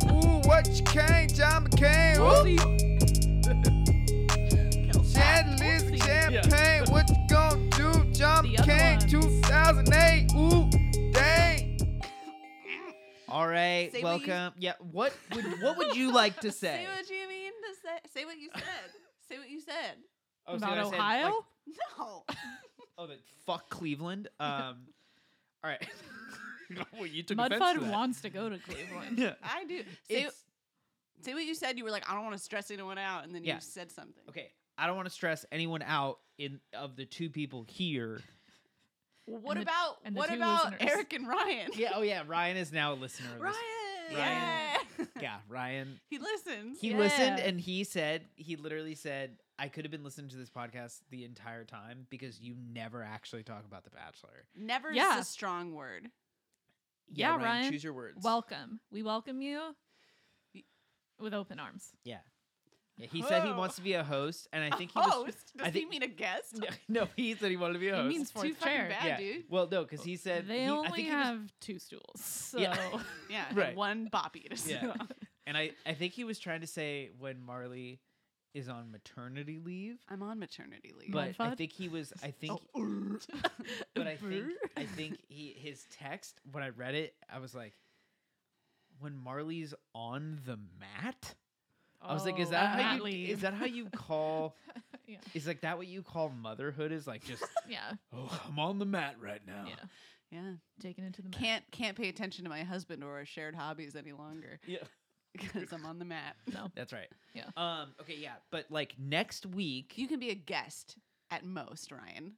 but you can't. John McCain. Whoop. Pussy. Chandeliers and Pussy. champagne. What you gonna do? John The other McCain. one. 2008. Ooh, dang. All right, Say what you- welcome. yeah, what would what would you like to say? Say what you mean to say. Say what you said. say what you said. Oh, so About I said, like, Ohio? No. oh, that fuck Cleveland. Um, all right. well, you took offense to Mudfud that. wants to go to Cleveland. Yeah. I do. Say, It's, say what you said. You were like, I don't want to stress anyone out. And then Yeah. you said something. okay. I don't want to stress anyone out in of the two people here. Well, what And the- about and the what two about listeners. Eric and Ryan? Yeah. Oh yeah. Ryan is now a listener. of this. Ryan. Ryan. Yeah. Yeah. Ryan. he listens. He Yeah. listened and he said he literally said I could have been listening to this podcast the entire time because you never actually talk about The Bachelor. Never Yeah. is a strong word. Yeah, Ryan. Choose your words. Welcome. We welcome you with open arms. Yeah. Yeah, he said he Whoa. wants to be a host, and I think he a host? was. Does I he think- mean a guest? No, no, he said he wanted to be a It host. means Fourth fourth fucking chair. bad, dude. Well, no, because he said They he- only I think he was- have two stools. So Yeah. Yeah. Right. One boppy to sit Yeah. on. and I, I think he was trying to say when Marley is on maternity leave, I'm on maternity leave. but I Mudfud? think he was. I think, but I think, I think he his text when I read it, I was like, when Marley's on the mat. I was like, is Oh, that how mat you leave. is that how you call? Yeah. Is like that what you call motherhood? Is like just yeah. oh, I'm on the mat right now. Yeah. yeah. Taken into the mat. Can't can't pay attention to my husband or our shared hobbies any longer yeah. because I'm on the mat. No. That's right. Yeah. Um. Okay. Yeah. But like next week, You can be a guest at most, Ryan.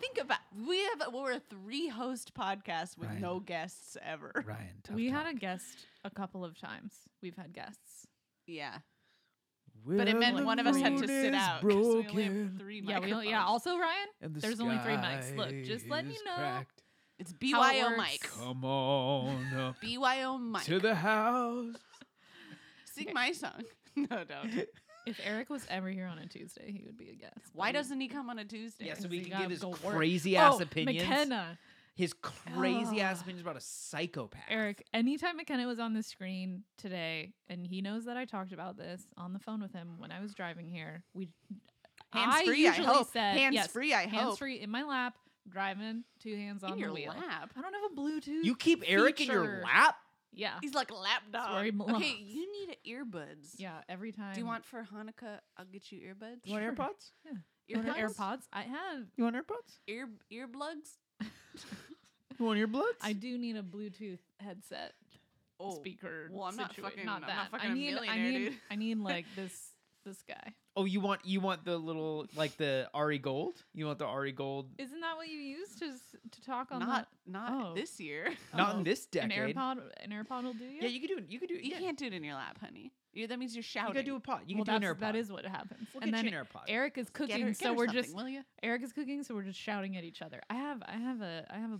Think about we have we're a three host podcast with Ryan. no guests ever. Ryan. Tough we had talk. a guest a couple of times. We've had guests. Yeah, But but it meant the one of us had to sit out. 'cause We only have three Yeah, we don't, yeah. microphones. Also, Ryan, there's only three mics. Look, just letting you know. it's how it BYO works. mic. Come on up BYO mic. to the house. Sing my song. No, don't. If Eric was ever here on a Tuesday, he would be a guest. but Why he- doesn't he come on a Tuesday? Yeah, so Because we you can gotta give his go work. crazy ass Oh, opinions. McKenna, His crazy ass Ugh. opinions about a psychopath. Eric. Anytime McKenna was on the screen today, and he knows that I talked about this on the phone with him when I was driving here. We hands I free. I, usually hope. said- hands yes, free. I hands hope. free in my lap, driving, two hands on in the your wheel. lap. I don't have a Bluetooth. You keep Eric in your feature. lap. yeah, He's like a lap dog. where he Okay, belongs. you need earbuds. yeah. Every time. Do you want for Hanukkah? I'll get you earbuds. You want Sure. AirPods? you want Earbuds? AirPods? I have. You want AirPods? Ear earplugs. You want earbuds? I do need a Bluetooth headset Oh, speaker. well, I'm not situa- fucking- Not I'm not that. fucking I a need. I millionaire, need. dude. I need like this. This guy. Oh, you want you want the little like the Ari Gold? You want the Ari Gold? Isn't that what you use to s- to talk on Not not Oh. this year. that? Not Oh. in this An decade. AirPod. An AirPod will do you. Yeah, you could do it. You could do it. You yeah. can't do it in your lap, honey. You, that means you're You shouting. gotta do a pod. You well, can do that's- an AirPod. that is what happens. We'll and get then you an AirPod. Eric is Get cooking, her- get so her we're something, just will you? Eric is cooking, so we're just shouting at each other. I have I have a I have a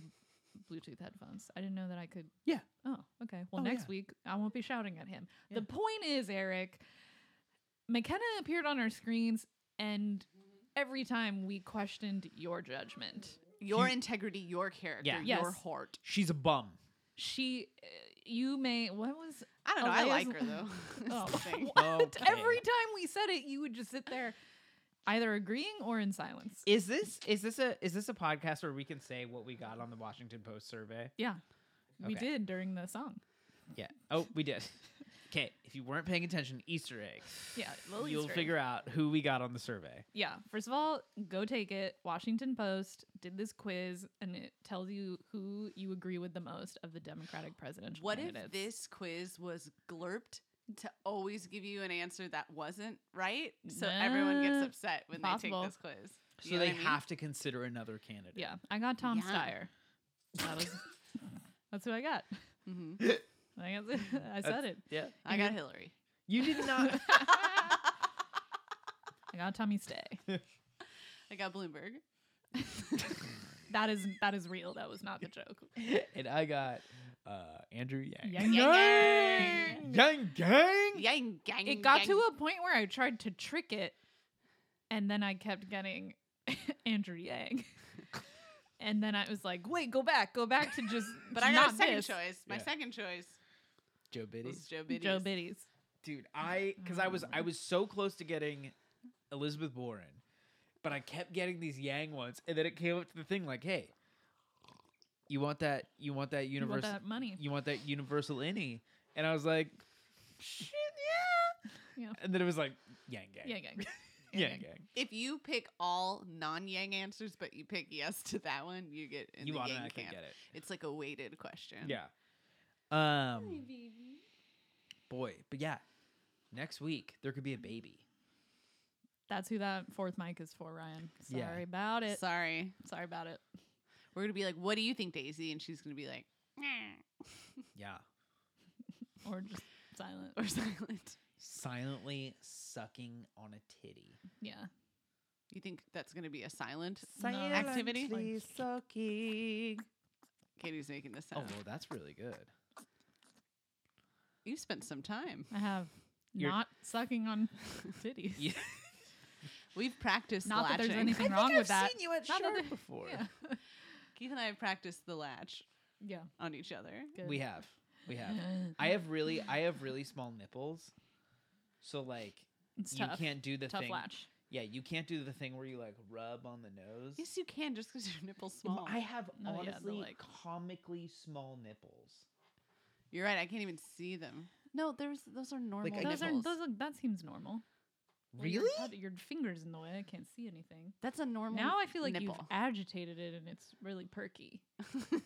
Bluetooth headphones. I didn't know that I could. Yeah. Oh, okay. Well, Oh, next yeah. week I won't be shouting at him. Yeah. The point is, Eric, McKenna appeared on our screens, and every time we questioned your judgment, Your You- integrity, your character, Yeah. your Yes. heart. She's a bum. she, uh, you may. What was? I don't know. I Elias- like her though. Oh, That's the thing. what? Okay. Every time we said it, you would just sit there, either agreeing or in silence. Is this is this a is this a podcast where we can say what we got on the Washington Post survey? yeah, we Okay. did during the song. Yeah. Oh, we did. Okay. If you weren't paying attention, Easter egg. Yeah, little You'll Easter egg. figure out who we got on the survey. Yeah. First of all, go take it. Washington Post did this quiz and it tells you who you agree with the most of the Democratic presidential What if candidates. this quiz was glurped to always give you an answer that wasn't right? So everyone gets Nah, upset when possible. they take this quiz. You So know they what I mean? have to consider another candidate. Yeah, I got Tom Yeah. Steyer. That was, that's who I got. Mhm. I, got- I said it. Yeah. I Mm-hmm. got Hillary. You did not. I got Tommy Stay. I got Bloomberg. That is that is real. That was not the joke. and I got uh, Andrew Yang. Yang Yang. Yang Gang. Yang gang. It got to gang. a point where I tried to trick it, and then I kept getting Andrew Yang. And then I was like, "Wait, go back, go back to just." But I got not a second this. choice. My Yeah. second choice Joe Biddy. was Joe Biddy. Joe Biddies. Dude, I because I was I was so close to getting Elizabeth Warren, but I kept getting these Yang ones, and then it came up to the thing like, hey, you want that? You want that You want universal? that money? You want that universal innie? And I was like, shit, yeah. Yeah. And then it was like Yang Gang. Yeah, gang. Yang gang. Gang. If you pick all non-Yang answers, but you pick yes to that one, you get in you the Yang automatically camp. get it. It's like a weighted question. Yeah. Um boy. But yeah. Next week there could be a baby. That's who that fourth mic is for, Ryan. Sorry Yeah. about it. Sorry, Sorry about it. we're gonna be like, "What do you think, Daisy?" And she's gonna be like, "Meh," Yeah. Or just silent. or silent. Silently sucking on a titty. Yeah. You think that's gonna be a silent? Activity? Silently sucking. Katie's making this Oh sound. well, that's really good. You spent some time. I have You're- not sucking on titties. Yeah. We've practiced Not that latching. there's anything wrong with that. you at Not that Shark they- before. Yeah. Keith and I have practiced the latch yeah. on each other. Good. We have. We have. I have really I have really small nipples. So like It's you tough. can't do the tough thing. latch. Yeah, you can't do the thing where you like rub on the nose. Yes, you can just because your nipple's Well, small. I have Oh, yeah, honestly the, like- comically small nipples. You're right. I can't even see them. No, there's those are normal I- Those are, nipples. those are, that seems normal. Well, your head- Your, fingers in the way. I can't see anything. That's a normal. Now I feel like nipple. you've agitated it and it's really perky.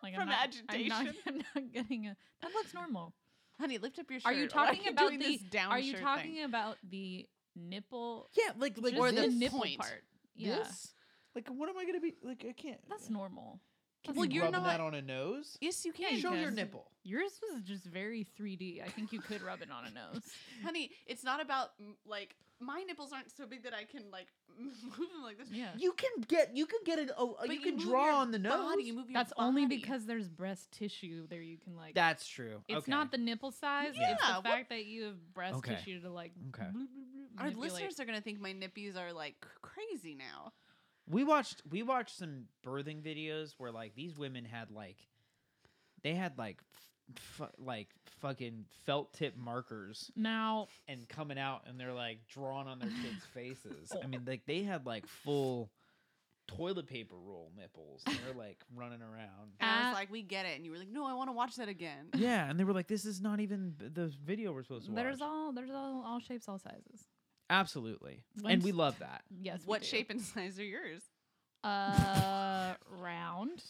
Like I'm From not, I'm not, agitation. I'm not getting a. That looks normal. Honey, lift up your shirt. Are you Why talking you about doing the? this down Are you shirt talking thing? about the nipple Yeah, like like or the this nipple point. part? Yeah, This? Like what am I gonna be like I can't that's normal. can Well, you you're rub that not- on a nose? Yes, you Yeah, can. you Show can. your nipple. Yours was just very 3D. I think you could rub it on a nose. Honey, it's not about mm, like my nipples aren't so big that I can like move them like this. Yeah, You can get you can get an oh But you, can move draw your on the nose. Body, you move your that's only body. because there's breast tissue there. You can like. That's true. it's okay. not the nipple size. it's the Yeah, what- fact that you have breast Okay. tissue to like. Okay. our manipulate. listeners are gonna think my nippies are like c- crazy now. We watched we watched some birthing videos where like these women had like they had like f- f- like fucking felt tip markers Now and coming out and they're like drawn on their kids' faces. I mean, like they had like full toilet paper roll nipples. And they're like running around. And I was Uh, like, we get it, and you were like, no, I want to watch that again. Yeah, and they were like, "This is not even b- the video we're supposed to watch." there's all there's all all shapes, all sizes. Absolutely, and When's- we love that. Yes. we what do. shape and size are yours? Uh, round.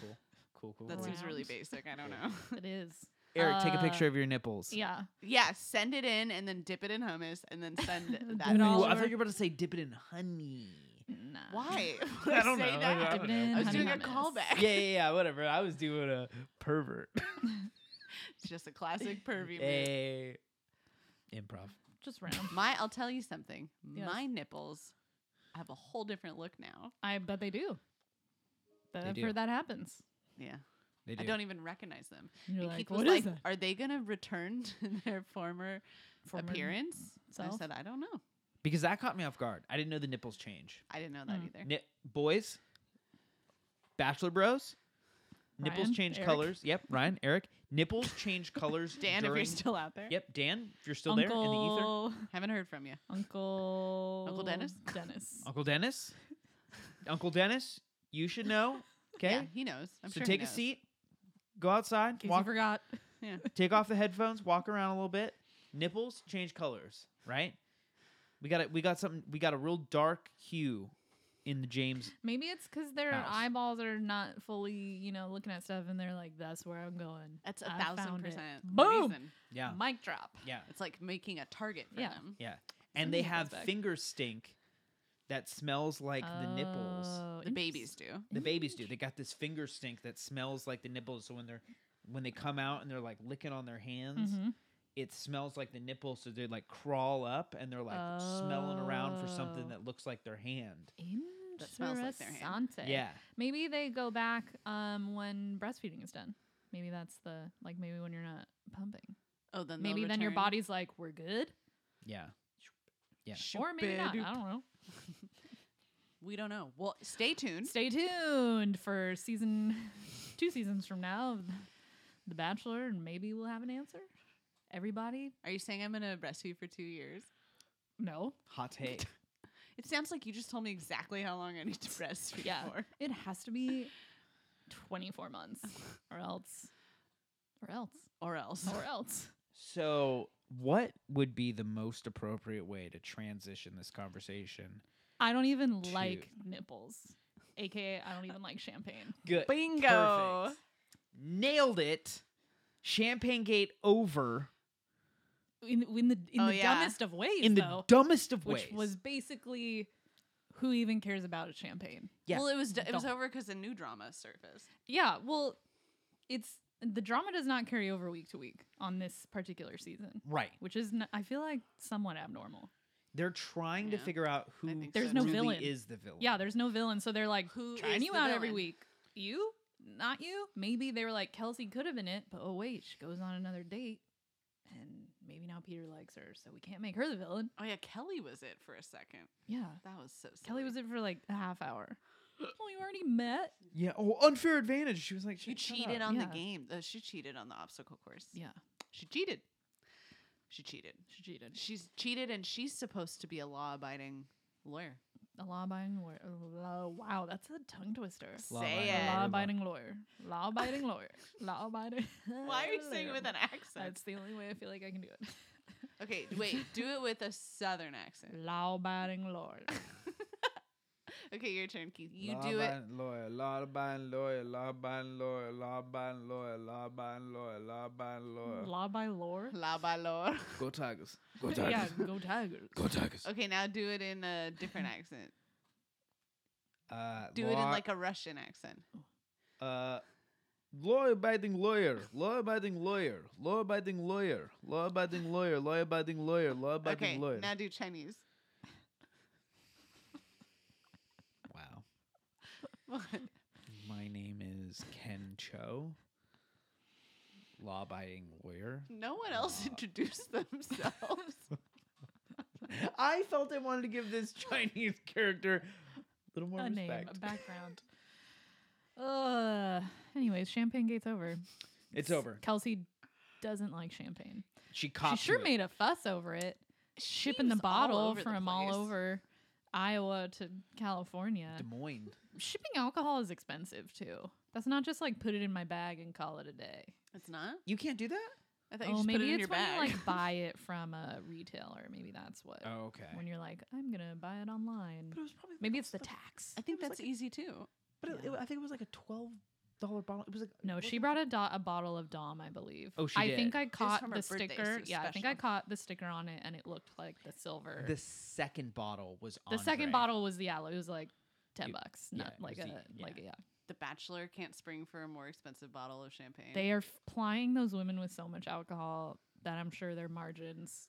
Cool, cool, cool. That cool. seems really Round. basic. I don't Yeah. know. It is. Eric, take a Uh, picture of your nipples. Yeah. yeah, send it in and then dip it in hummus and then send Do that. it Ooh, all I over. thought you were about to say dip it in honey. Nah. Why? I don't Say know. that. I Dip don't it in know. I was honey doing a hummus. callback. yeah, yeah, yeah, whatever. I was doing a pervert. It's just a classic Eh. pervy move. Hey. Improv. Just round. My, I'll tell you something. Yes. My nipples have a whole different look now. I bet they do. But They I've do. heard that happens. Yeah, They do. I don't even recognize them. And you're And like, Keith what was is like, that? "Are they gonna return to their former, Former appearance?" And I self? said, "I don't know. because that caught me off guard. I didn't know the nipples change. I didn't know that Mm. either." Ni- boys, Bachelor Bros, nipples Ryan, change Eric. colors. Yep, Ryan, Eric, nipples change colors. Dan, if during- you're still out there, Yep, Dan, if you're still there in the ether. Uncle, haven't heard from you. Uncle, Uncle Dennis? Dennis. Uncle Dennis, Uncle Dennis, you should know. Okay, Yeah, he knows. I'm so sure he take a knows. seat, go outside, In case you walk forgot. Yeah. take off the headphones, walk around a little bit. Nipples change colors, right? We got it. We got something. We got a real dark hue in the James. Maybe it's because their House. eyeballs are not fully, you know, looking at stuff, and they're like, "That's where I'm going." That's a I thousand found it." percent. the Boom. reason. Yeah, Mic drop. yeah, It's like making a target for Yeah. them. yeah. And Something they goes have back. finger stink that smells like the nipples. Oh, The babies do. The babies do. They got this finger stink that smells like the nipples. So when they're when they come out and they're like licking on their hands, Mm-hmm. Mhm. it smells like the nipples. So they like crawl up and they're like smelling around for something Oh. that looks like their hand. That smells like their hand. Interessante. Yeah. Maybe they go back um, when breastfeeding is done. Maybe that's the like maybe when you're not pumping. Oh, then they'll maybe then your return. body's like we're good, Yeah. Yeah. or maybe not. I Shoo-ba-doop. don't know. We don't know. Well, stay tuned. Stay tuned for season two seasons from now. of The Bachelor, and maybe we'll have an answer. Everybody? Are you saying I'm going to breastfeed for two years? No. Hot take. It sounds like you just told me exactly how long I need to breastfeed Yeah. for. It has to be 24 months or else. Or else. Or else. Or else. So, what would be the most appropriate way to transition this conversation? I don't even Two. like nipples, aka I don't even like champagne. Good. Bingo. Perfect. Nailed it. Champagne Gate over In, in the in Oh, the yeah. dumbest of ways, in the though, dumbest of which ways. was basically who even cares about champagne? Yeah. Well, it was d- it was Don't. over because a new drama surfaced. Yeah, well, it's the drama does not carry over week to week on this particular season, right. which is n- I feel like somewhat abnormal. They're trying to Yeah. figure out who think There's so, no really villain. is the villain. Yeah, there's no villain, so they're like, Who trying is you the out every villain? week? You? Not you? Maybe they were like Kelsey could have been it, but oh wait, she goes on another date, and maybe now Peter likes her, so we can't make her the villain. Oh yeah, Kelly was it for a second. Yeah, That was so. Silly. Kelly was it for like a half hour. Well, you already met. Yeah. Oh, unfair advantage. She was like, She "Shut- shut cheated up." on the Yeah. game. Uh, she cheated on the obstacle course. Yeah, She cheated. She cheated. she cheated. She's cheated, and she's supposed to be a law-abiding lawyer. A law-abiding lawyer. law- Wow, that's a tongue twister. Say Law-abiding. it. Law abiding lawyer. Law abiding lawyer. Law abiding. Why are you saying it with an accent? That's the only way I feel like I can do it. Okay, wait. Do it with a southern accent. Law abiding lawyer. Okay, your turn, Keith. You do it. Law-abiding Lawyer, law abiding lawyer, law abiding lawyer, law abiding lawyer, law abiding lawyer, law abiding lawyer. Law by lore. La balor. Go Tigers. Go Tigers. Yeah, go Tigers. Go Tigers. Okay, now do it in a different accent. Uh, Do it in like a Russian accent. uh, law-abiding lawyer, law-abiding lawyer, law-abiding lawyer, law-abiding lawyer, law-abiding lawyer, law-abiding Okay, lawyer. now do Chinese. wow. What? My name is Ken Cho. Law-abiding lawyer. No one else Law. introduced themselves. I felt I wanted to give this Chinese character a little more A respect. name, a background. Uh, anyways, champagne gate's over. It's over. Kelsey doesn't like champagne. She copped. she sure to it. made a fuss over it, shipping the She's all bottle over the from all place. over Iowa to California. Des Moines. shipping alcohol is expensive too. That's not just like put it in my bag and call it a day. It's not. You can't do that. I thought you Oh, just maybe put it it's in your when bag. you like buy it from a retailer. Maybe that's what. Oh, okay. When you're like, I'm gonna buy it online. But it was probably Maybe it's the tax. I think It was that's like a- easy too. But it, Yeah. it- I think it was like a twelve dollar bottle. It was like No, she brought a, do- a bottle of Dom, I believe. Oh, she I did. think I caught from her the birthday, so sticker. it's yeah, I think I special. caught the sticker on it, and it looked like the silver. the second bottle was the second Andre. bottle was the aloe. It was like ten It- bucks, yeah, not it like was a the- yeah. like a, yeah. The Bachelor can't spring for a more expensive bottle of champagne. They are f- plying those women with so much alcohol that I'm sure their margins,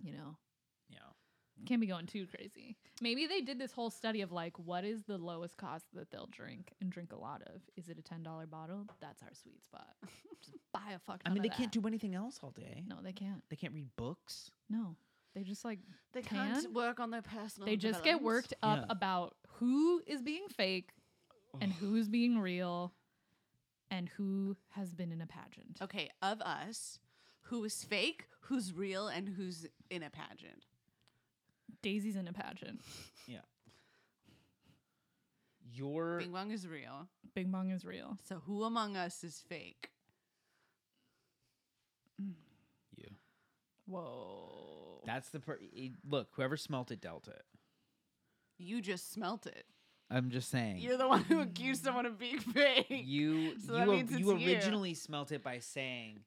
you know, Yeah. Mm. can't be going too crazy. Maybe they did this whole study of like, what is the lowest cost that they'll drink and drink a lot of? Is it a ten dollar bottle? That's our sweet spot. Just buy a fuck. I ton mean, of they that. can't do anything else all day. No, they can't. They can't read books. No, they just like they can't can? work on their personal. they just get worked up Yeah. about who is being fake and who's being real and who has been in a pageant. Okay, of us, who is fake, who's real, and who's in a pageant. Daisy's in a pageant. Yeah. Your Bing Bong is real. Bing Bong is real. So who among us is fake? you. Whoa. That's the per- it- look. Whoever smelt it dealt it. You just smelt it. I'm just saying. You're the one who accused someone of being fake. you So you, that or- means you it's you. originally smelt it by saying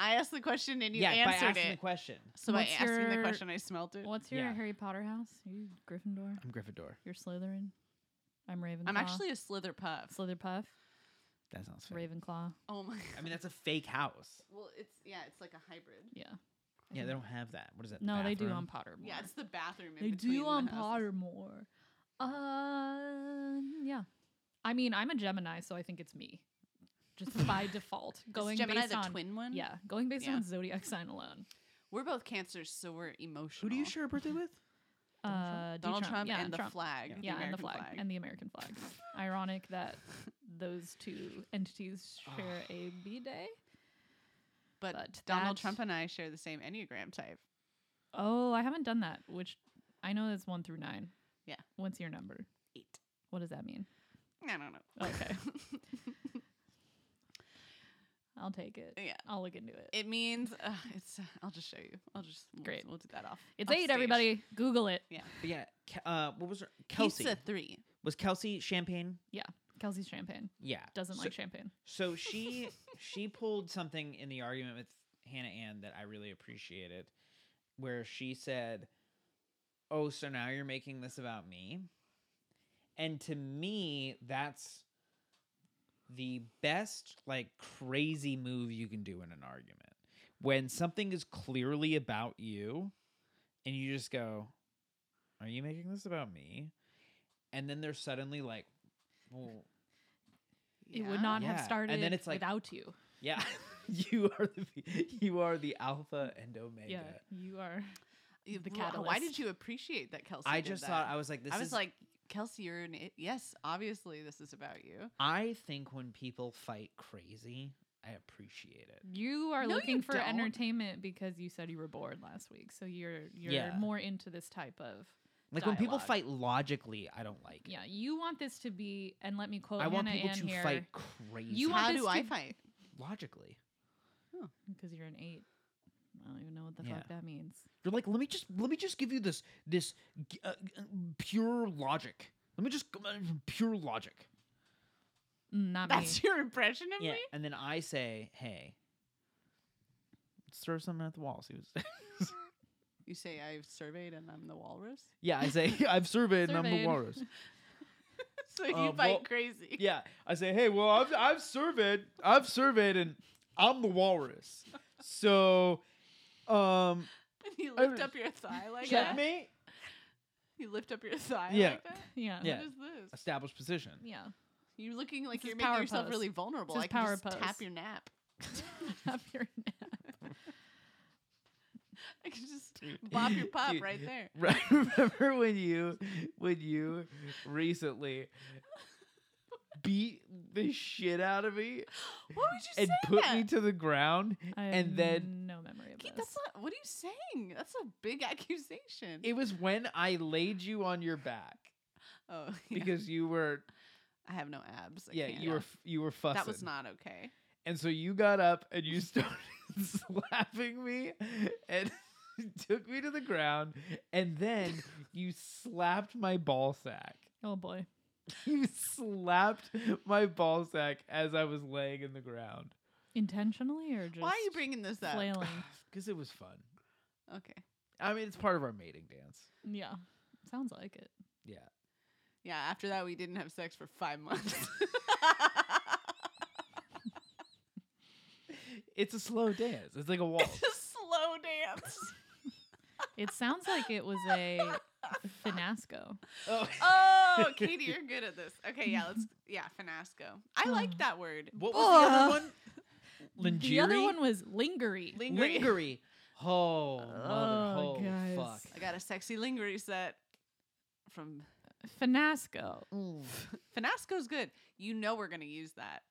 I asked the question and you yeah by answered asking the it. question. so by What's asking the your- question, I smelt it. What's your Yeah. Harry Potter house? You Gryffindor. I'm Gryffindor. You're Slytherin. I'm Ravenclaw. I'm actually a slither puff. Slytherpuff. That sounds fake. Ravenclaw. Oh my. I mean, that's a fake house. Well, it's yeah, it's like a hybrid. Yeah. I Yeah, think- they don't have that. What is that? the No, they do bathroom? on Pottermore. Yeah, it's the bathroom. In they between do the on houses. Pottermore. Uh, yeah. I mean, I'm a Gemini, so I think it's me. Just by default, going Is Gemini based the on twin one? yeah, going based Yeah. on zodiac sign alone. We're both cancers, so we're Who emotional. do you share a birthday with? Uh, D. Donald Trump, yeah, and the flag. Yeah. yeah, and the flag, and the American flag. Ironic that those two entities share a B day. But, But Donald that- Trump and I share the same Enneagram type. Oh, I haven't done that, which I know that's one through nine. Yeah. What's your number? Eight. What does that mean? I don't know. Okay. I'll take it. Yeah. I'll look into it. It means uh, it's. I'll just show you. I'll just we'll- Great. We'll, do that off. It's off eight, stage. everybody. Google it. But yeah, Ke- uh, what was her? Kelsey Pizza three. was Kelsey champagne. Kelsey's champagne. Yeah, Doesn't So- like champagne. So she she pulled something in the argument with Hannah Ann that I really appreciated, where she said, "Oh, so now you're making this about me," and to me, that's the best like crazy move you can do in an argument when something is clearly about you, and you just go, "Are you making this about me?" And then they're suddenly like, "Well." It would not Yeah. have started And then it's like- without you. Yeah, you are the you are the alpha and omega. Yeah. You are. Yeah, the wh- Why did catalyst. you appreciate that, Kelsey? I did just that? thought I was like this. I was is, like, Kelsey, you're an. It. Yes, obviously, this is about you. I think when people fight crazy, I appreciate it. You are No, looking you for don't. entertainment because you said you were bored last week. So you're you're Yeah. more into this type of Like when people Dialogue. fight logically, I don't like. it. yeah. You want this to be and let me quote I want Hannah people Ann to here fight crazy. You want How this do I to- fight? logically. because you're an eight. I don't even know what the Yeah. fuck that means. You're like, let me just let me just give you this this g- uh, uh, pure logic. Let me just g- uh, pure logic. Mm, Not me. That's your impression of me. and then I say, hey, let's throw something at the wall. See what's. You say I've surveyed and I'm the walrus. yeah, I say I've surveyed, and I'm the Surveyed. walrus. So you Uh, fight well- crazy. Yeah, I say, hey, well, I've I've surveyed, I've surveyed, and I'm the walrus. So, um, you I lift don't- up your thigh like that. checkmate, You lift up your thigh Yeah. like that. Yeah. Yeah. What is this? established position. Yeah. You're looking like This you're is making power yourself pose. really vulnerable. This is I can power just tap pose. your nap. Have your nap. I can just bop your pop Dude. right there. Right? Remember when you, when you, recently beat the shit out of me What would you and say? put that? me to the ground, I have and then no memory of Keith, this. that's not. What are you saying? That's a big accusation. it was when I laid you on your back oh, yeah. because you were, I have no abs. I yeah, can't. you were, f- you were fussing. That was not okay. And so you got up and you started slapping me and took me to the ground. And then you slapped my ball sack. Oh boy. You slapped my ball sack as I was laying in the ground. Intentionally or just Why are you bringing this up? flailing? Because it was fun. Okay. I mean, it's part of our mating dance. yeah. Sounds like it. Yeah. Yeah. After that, we didn't have sex for five months. It's a slow dance, it's like a waltz. Just slow dance. It sounds like it was a finasco. oh. Oh, Katie, you're good at this. Okay, yeah, let's. Yeah, finasco. I Oh. like that word. What was the Ugh. other one? Lingerie? The other one was lingery. Lingery. Lingerie. Oh, mother, Oh, oh, guys. fuck. I got a sexy lingerie set from finasco. Finasco's good. You know we're gonna use that,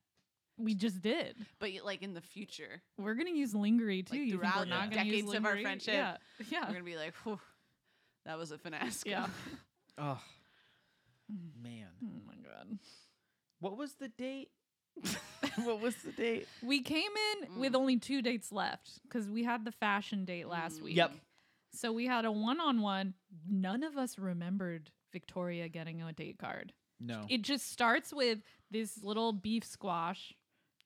We just did. but y- like in the future, We're gonna use lingerie too. you think throughout we're the not gonna use decades of our lingerie? friendship, Yeah. we're Yeah. gonna be like, Whew, that was a finasco. Yeah. Oh, man. Oh my god. Mm. What was the date? what was the date? We came in with Mm. only two dates left because we had the fashion date last Mm. week. Yep. So we had a one on one. None of us remembered Victoria getting a date card. No. It just starts with this little beef squash.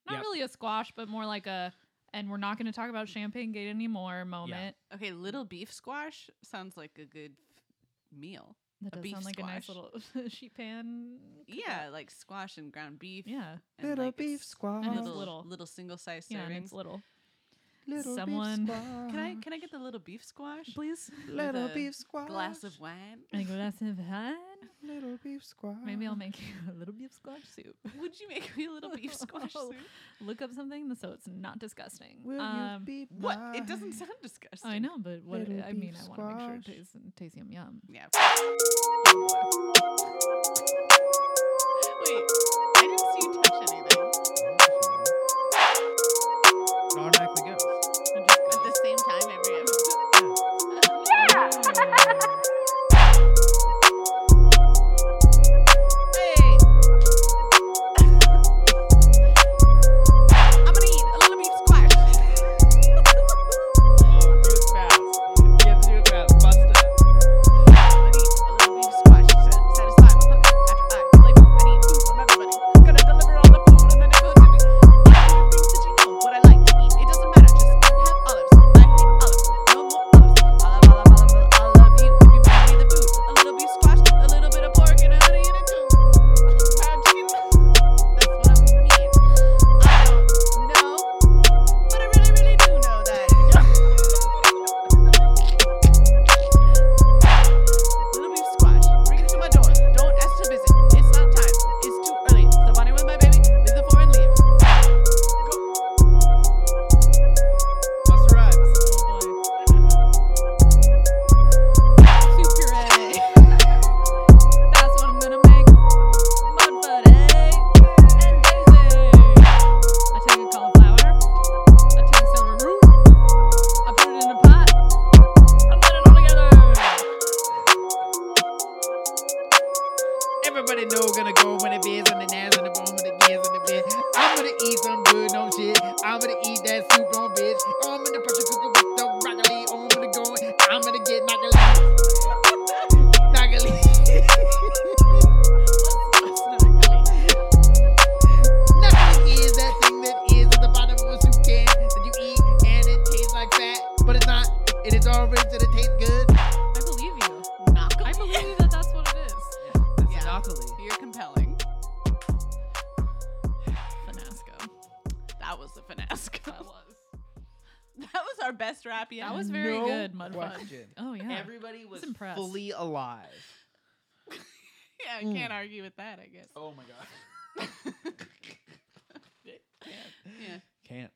Not Yep. really a squash, but more like a, and we're not going to talk about Champagne Gate anymore moment. Okay, little beef squash sounds like a good f- meal. That A does beef sound like a nice squash. little sheet pan. Yeah, like squash and ground beef. Yeah. and, like, it's squash. And it's Little, little. little, single size Yeah. And servings. it's little. beef someone- squash. can I can I get the little beef squash? Please. with a squash. Glass of wine. A glass of wine. Little beef squash. Maybe I'll make you a little beef squash soup. Would you make me a little beef squash Oh. soup? Look up something so it's not disgusting. Will Um, you be What? It doesn't mine? sound disgusting. I know, but what Little I mean, beef I want to make sure it squash. tastes, tastes yum yum. Yeah. Wait, I didn't see you touch finish anything It automatically goes. at the same time every episode. Hey. I'm gonna eat a little bit of squash. Oh, do it fast. You have to do it fast. Bust it. I need a little beef squash to satisfy my hunger after I labor. I need food from everybody. Gonna deliver all the food and then it goes to me. I don't think that you know what I like to eat. It doesn't matter, just don't have olives. I hate olives. No more olives. Olive, olive, olive, olive, olive. Eat if you bring me the food. A little beef squash, a little bit of pork, and honey in it too. Fried chicken. That's what I mean. I don't know, but I really, really do know that. Little beef squash. Bring it to my door. Don't ask to visit. It's not time. It's too early. Stop on it with my baby. Leave the four and leave. Bust arrives. Soup puree. That's what I'm gonna make. Mud puree and daisy. I take a cauliflower. I take celery root. I put it in a pot. I blend it all together. Everybody know we're gonna go when it is on the nas and the bone when the years on the bed. I'm gonna eat some good on shit. I'm gonna eat that soup on bitch. I'm gonna pressure cooker with the broccoli. I'm gonna go. in. I'm gonna get broccoli. broccoli. Broccoli is that thing that is at the bottom of a soup can that you eat and it tastes like fat, but it's not. It is orange and it tastes good. I believe you. I Knuckle. believe you that that's what it is. That's Yeah. broccoli. You're compelling. Finasco. That was the finesse. That was. That was our best rap yet. That was very No good, Mudfud. question. Oh yeah. Everybody was impressed. fully alive. yeah, I can't argue with that, I guess. Oh my god. Yeah. Can't.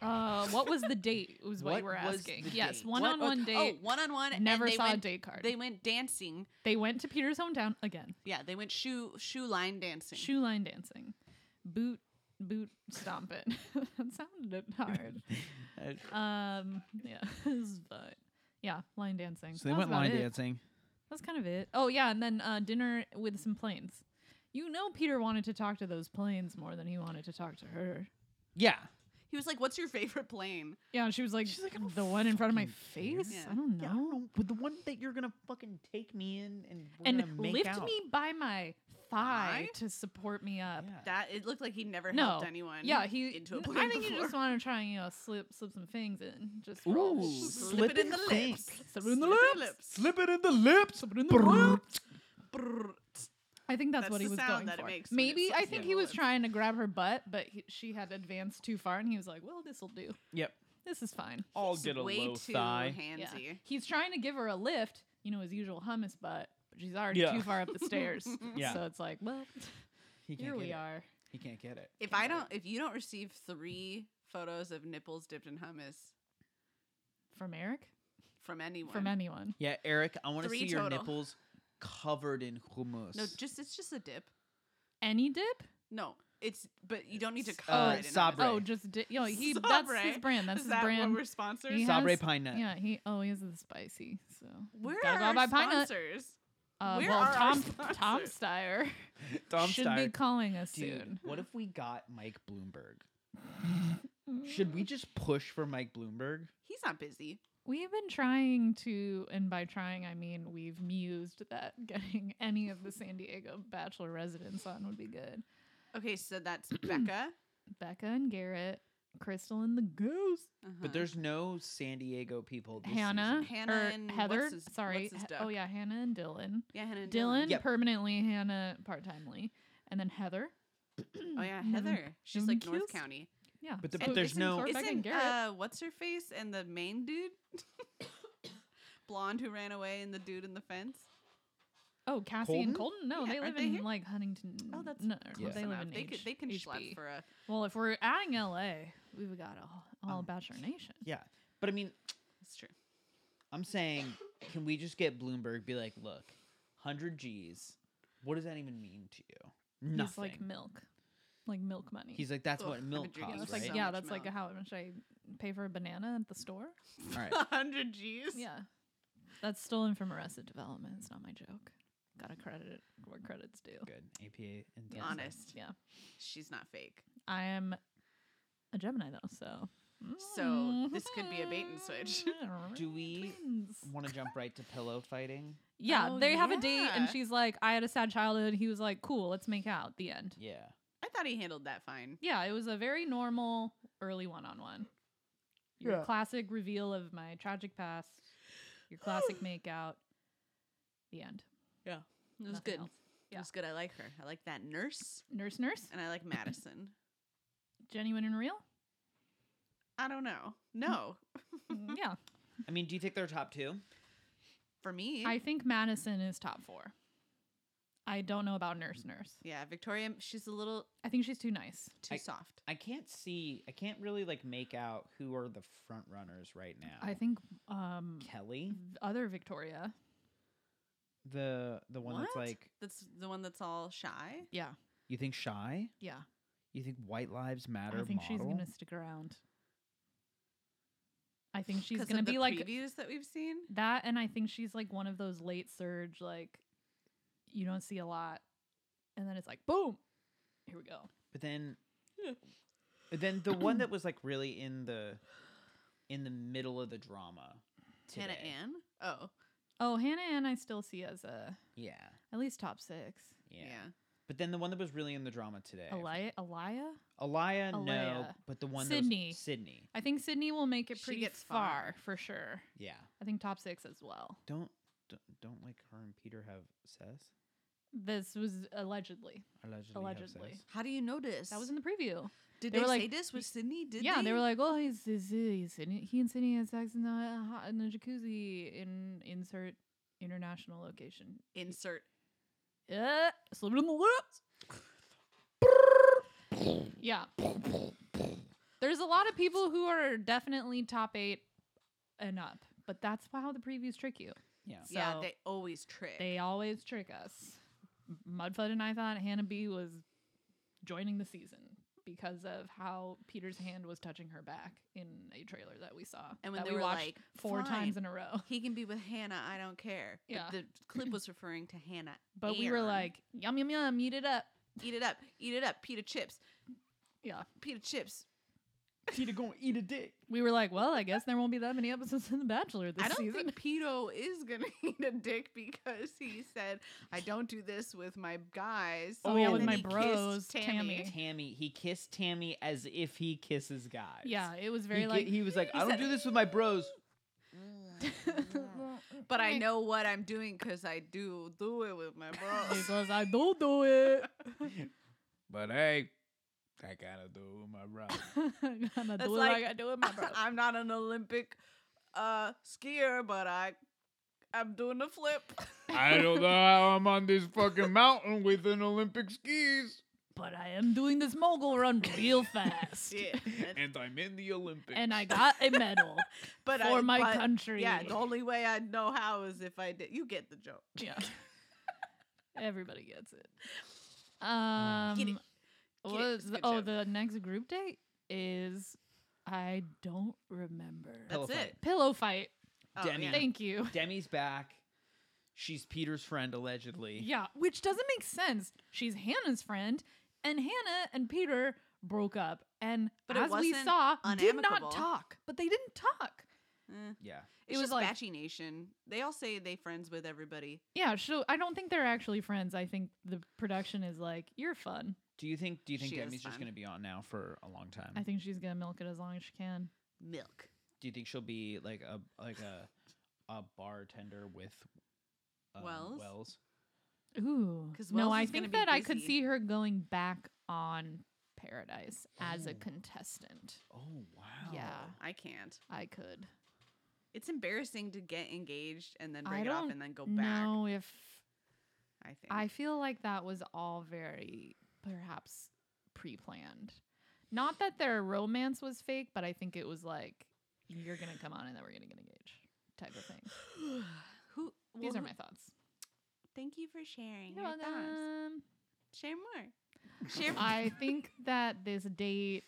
Uh, what was the date? Was what, What you were was asking. the Yes, date? one on one date. Oh, one on one. Never they saw went, a date card. They went dancing. They went to Peter's hometown again. Yeah, they went shoe shoe line dancing. Shoe line dancing, boot boot stomp it. that sounded hard. Um, yeah, it was fun. Yeah, line dancing. So they That was went about line it. dancing. That's kind of it. Oh yeah, and then uh, dinner with some planes. You know, Peter wanted to talk to those planes more than he wanted to talk to her. Yeah. He was like, "What's your favorite plane?" Yeah, and she was like, She's like, "I don't the one in front of my fucking care." face. Yeah. I don't know. I don't know. With the one that you're gonna fucking take me in and we're and gonna make lift out. me by my thigh Thigh? to support me up. Yeah. That it looked like he never No. helped anyone. Yeah, he. into a n- plane. I think you before. just want to try and you know slip slip some things in. Just Ooh, slip, slip slip it in the Slipping lips. things. slip it in the Slip lips. Slip it in the lips. Slip it in the Brrr. lips. Brrr. I think that's, That's what he the was sound going that it for. makes when it Maybe I slips think in he the was lips. trying to grab her butt, but he, she had advanced too far, and he was like, "Well, this will do. Yep. This is fine." I'll It's get a way low too thigh. Yeah. handsy. He's trying to give her a lift, you know, his usual hummus butt, but she's already Yeah. too far up the stairs. Yeah. So it's like, well, He can't here get we it. are. He can't get it. If I don't, if you don't receive three photos of nipples dipped in hummus From Eric? from anyone, From anyone. Yeah, Eric, I want to Three see your total. nipples covered in hummus. no, just it's just a dip. Any dip? No, it's but you don't need to It's, cover uh, it. In Sabra. hummus. Oh, Sabre. just dip. You know, he, that's his Sabre. brand. That's Is his that brand. what we're sponsors? he Sabre has- pine nut. Yeah, he oh he has the spicy. So Where Gotta are go our by Pine Nut. sponsors? uh, Where well, are our Tom Tom sponsors? Steyer Tom should be Steyer. calling us Dude, soon. what if we got Mike Bloomberg? Should we just push for Mike Bloomberg? He's not busy. We've been trying to, and by trying I mean we've mused that getting any of the San Diego bachelor residents on would be good. Okay, so that's Becca. Becca and Garrett, Crystal and the Goose, Uh-huh. But there's no San Diego people. This Hannah, season. Hannah or and what's Heather. his- sorry, what's his He- oh duck? yeah, Hannah and Dylan. yeah, Hannah, and Dylan Yep. permanently, Hannah part timely, and then Heather. Oh yeah, Nevin- Heather. She's Nevin like North Keels? County. Yeah, But the- so but there's isn't no- Thor, Becca, and Isn't Garrett. uh, what's her face and the main dude, blonde who ran away, and the dude in the fence? Oh, Cassie and Colton? No, Yeah, they live aren't they in here? like Huntington. Oh, that's no, Yeah. they live enough. in They, could, H- they can HB. schlep for a. Well, if we're adding LA, we've got all, all Um, Bachelor Nation. Yeah, but I mean, That's true. I'm saying, can we just get Bloomberg? Be like, look, hundred G's. What does that even mean to you? He's Nothing. like milk, like milk money. He's like, that's Ugh, what I've milk been yeah, drinking costs, that's so right? like yeah, much that's like milk. how much I pay for a banana at the store. All right. 100 G's. Yeah, that's stolen from Arrested Development. It's not my joke. Gotta credit it where credit's due. Good. APA and Yeah. Honest. Yeah, She's not fake. I am a Gemini though, so Mm. So, this could be a bait and switch. Do we Twins. want to jump right to pillow fighting? Yeah, Oh, they have a date, yeah. and she's like, "I had a sad childhood." He was like, "Cool, let's make out." The end. Yeah. I thought he handled that fine. Yeah, it was a very normal early one-on-one. Your Yeah. classic reveal of my tragic past. Your classic makeout. The end. It was Nothing good. else. It Yeah. was good. I like her. I like that nurse, Nurse, nurse, and I like Madison. genuine and real. I don't know. No, Mm-hmm. Mm, yeah, I mean, do you think they're top two? for me, I think Madison is top four. I don't know about nurse, nurse. yeah, Victoria. She's a little I think she's too nice. too I- soft. I can't see. I can't really like make out who are the front runners right now. I think um Kelly, other Victoria. the the one that's What? like, That's the one that's all shy. Yeah, you think shy? yeah. You think white lives matter? I think model? she's gonna stick around. I think she's 'Cause gonna of the be like previews that we've seen. that, and I think she's like one of those late surge, like you don't see a lot, and then it's like boom, here we go. But then, Yeah. but then the one that was like really in the in the middle of the drama. Hannah today. Ann. Oh, Oh, Hannah and I still see as a Yeah, at least top six. yeah. yeah. But then the one that was really in the drama today. Elia, Elia. Elia, no. Elia. But the one that Sydney. was Sydney. I think Sydney will make it She pretty gets far far. for sure. Yeah. I think top six as well. Don't don't, don't like her and Peter have sex. This was allegedly. Allegedly. Allegedly. Have sex. How do you notice? That was in the preview. Did they they, were say like- this with Sydney? Did yeah, they? they? were like, "Oh, he's, he's, he's Sydney- he and Sydney had sex in the uh, hot in the jacuzzi in insert international location." insert. Uh, slip it in the lips. yeah, there's a lot of people who are definitely top eight and up, but that's how the previews trick you. Yeah. yeah, So- they always trick. They always trick us. Mudflood and I thought Hannah B was joining the season because of how Peter's hand was touching her back in a trailer that we saw. And when that they we were watched like, four "Fine." times in a row. he can be with Hannah. I don't care. Yeah. But the clip was referring to Hannah. But we were Ann. like, yum yum yum, eat it up. eat it up, eat it up, pita chips, Yeah. pita chips. Peter gonna eat a dick. We were like, well, I guess there won't be that many episodes in The Bachelor this I don't season. think Pito is gonna eat a dick because he said, "I don't do this with my guys." oh yeah, Oh. with And my he kissed bros, Tammy. Tammy. Tammy, he kissed Tammy as if he kisses guys. Yeah, it was He very ki- like. he was like, I don't do this with my bros. But I know what I'm doing because I do do it with my bros. because I don't do it. But hey, I gotta do it with my bros. I gotta That's do it like- like I do it, my bro. I'm not an Olympic uh, skier, but I I'm doing a flip. I don't know how I'm on this fucking mountain with an Olympic skis. but I am doing this mogul run real fast. yeah, that's- And I'm in the Olympics. And I got a medal but for I- my but- country. Yeah, the only way I know how is if I did. You get the joke. Yeah. Everybody gets it. Um, Get it. what Get it. It's was a the- good oh, joke. the next group date is I don't remember. Pillow That's it. Pillow fight. Oh, Demi. yeah. Thank you. Demi's back. She's Peter's friend, allegedly. Yeah, which doesn't make sense. She's Hannah's friend, and Hannah and Peter broke up, and But it as we wasn't saw, did unamicable. not talk. But they didn't talk. Eh. Yeah. It's It was just like- Batchy Nation. They all say they friends with everybody. Yeah, so I don't think they're actually friends. I think the production is like, "You're fun." Do you think do you think She is Demi's just fun. gonna be on now for a long time? I think she's gonna milk it as long as she can. Milk. do you think she'll be like a like a a bartender with um, Wells? Wells? Ooh. 'Cause no, Wells I is gonna think be that I could busy. see her going back on Paradise as Mm. Oh. a contestant. Oh wow. Yeah. I can't. I could. It's embarrassing to get engaged and then I break it off don't and then go back. No, if I think. I feel like that was all very perhaps pre-planned. Not that their romance was fake, but I think it was like you're gonna come on and then we're gonna get engaged type of thing. who? well, These are who- my thoughts. Thank you for sharing You're your thoughts. welcome. Share more. Share I think that this date,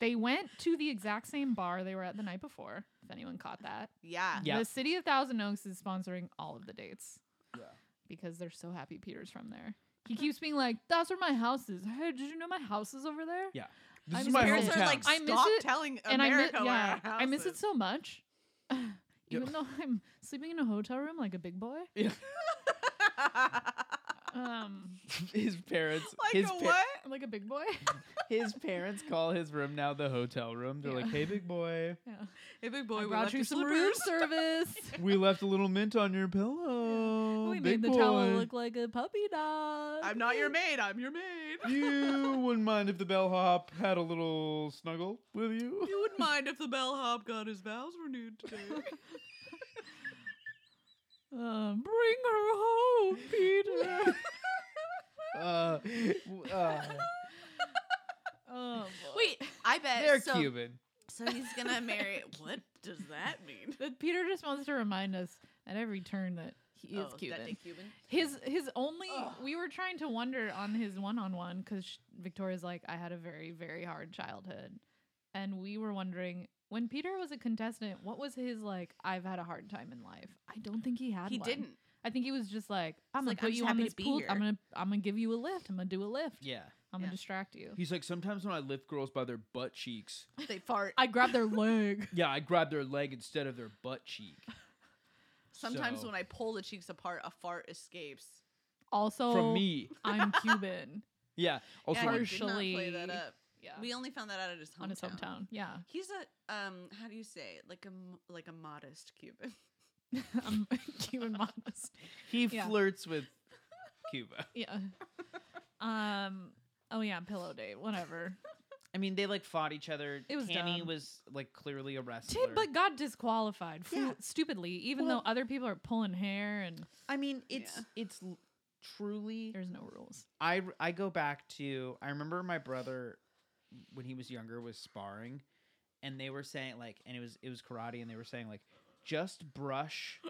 they went to the exact same bar they were at the night before. If anyone caught that, Yeah. Yeah. the city of Thousand Oaks is sponsoring all of the dates. Yeah. because they're so happy Peter's from there. He keeps being like, "That's where my house is. Hey, did you know my house is over there?" Yeah. This I'm is my Parents hometown. are like, I stop miss it, telling and I miss, America where yeah, our I miss house it is. so much. Even though I'm sleeping in a hotel room like a big boy, Yeah. um, his parents. like his a pa- what? like a big boy. His parents call his room now the hotel room. They're Yeah. like, "Hey, big boy, Yeah. Hey, I big boy, we brought left you your some room slippers. service. Oh, we left a little mint on your pillow. we made big the boy. towel look like a puppy dog. I'm not your maid. I'm your maid. you wouldn't mind if the bellhop had a little snuggle with you." You wouldn't mind if the bellhop got his vows renewed today. Uh, bring her home, Peter. Uh, w- uh, oh, boy. Wait, I bet. they're so, Cuban. So he's gonna marry. what does that mean? But Peter just wants to remind us at every turn that he is Oh, Cuban. That Dick Cuban. His his only we were trying to wonder on his one on one because Victoria's like I had a very very hard childhood, and we were wondering when Peter was a contestant, what was his like? I've had a hard time in life. I don't think he had. He one. didn't. I think he was just like I'm gonna like, I'm put just you on happy to this be pool. I'm here." gonna I'm gonna give you a lift. I'm gonna do a lift. Yeah. I'm Yeah. gonna distract you. He's like, sometimes when I lift girls by their butt cheeks, They fart. I grab their leg. yeah, I grab their leg instead of their butt cheek. Sometimes So- when I pull the cheeks apart, a fart escapes. Also, From me. I'm Cuban. Yeah. Also, Yeah, when- he did not play that partially- up. yeah, We only found that out at his hometown. on his hometown. Yeah, He's a um, how do you say, like a m- like a modest Cuban. I'm Cuban modest. he yeah. flirts with Cuba. Yeah. Um. Oh yeah, pillow date. Whatever. I mean, they like fought each other. It was Tammy dumb. was like clearly a wrestler. Tim, but got disqualified foo- Yeah. stupidly, even Well- though other people are pulling hair and I mean, it's it's l- truly. there's no rules. I r- I go back to I remember my brother when he was younger was sparring, and they were saying like, and it was it was karate, and they were saying like, just brush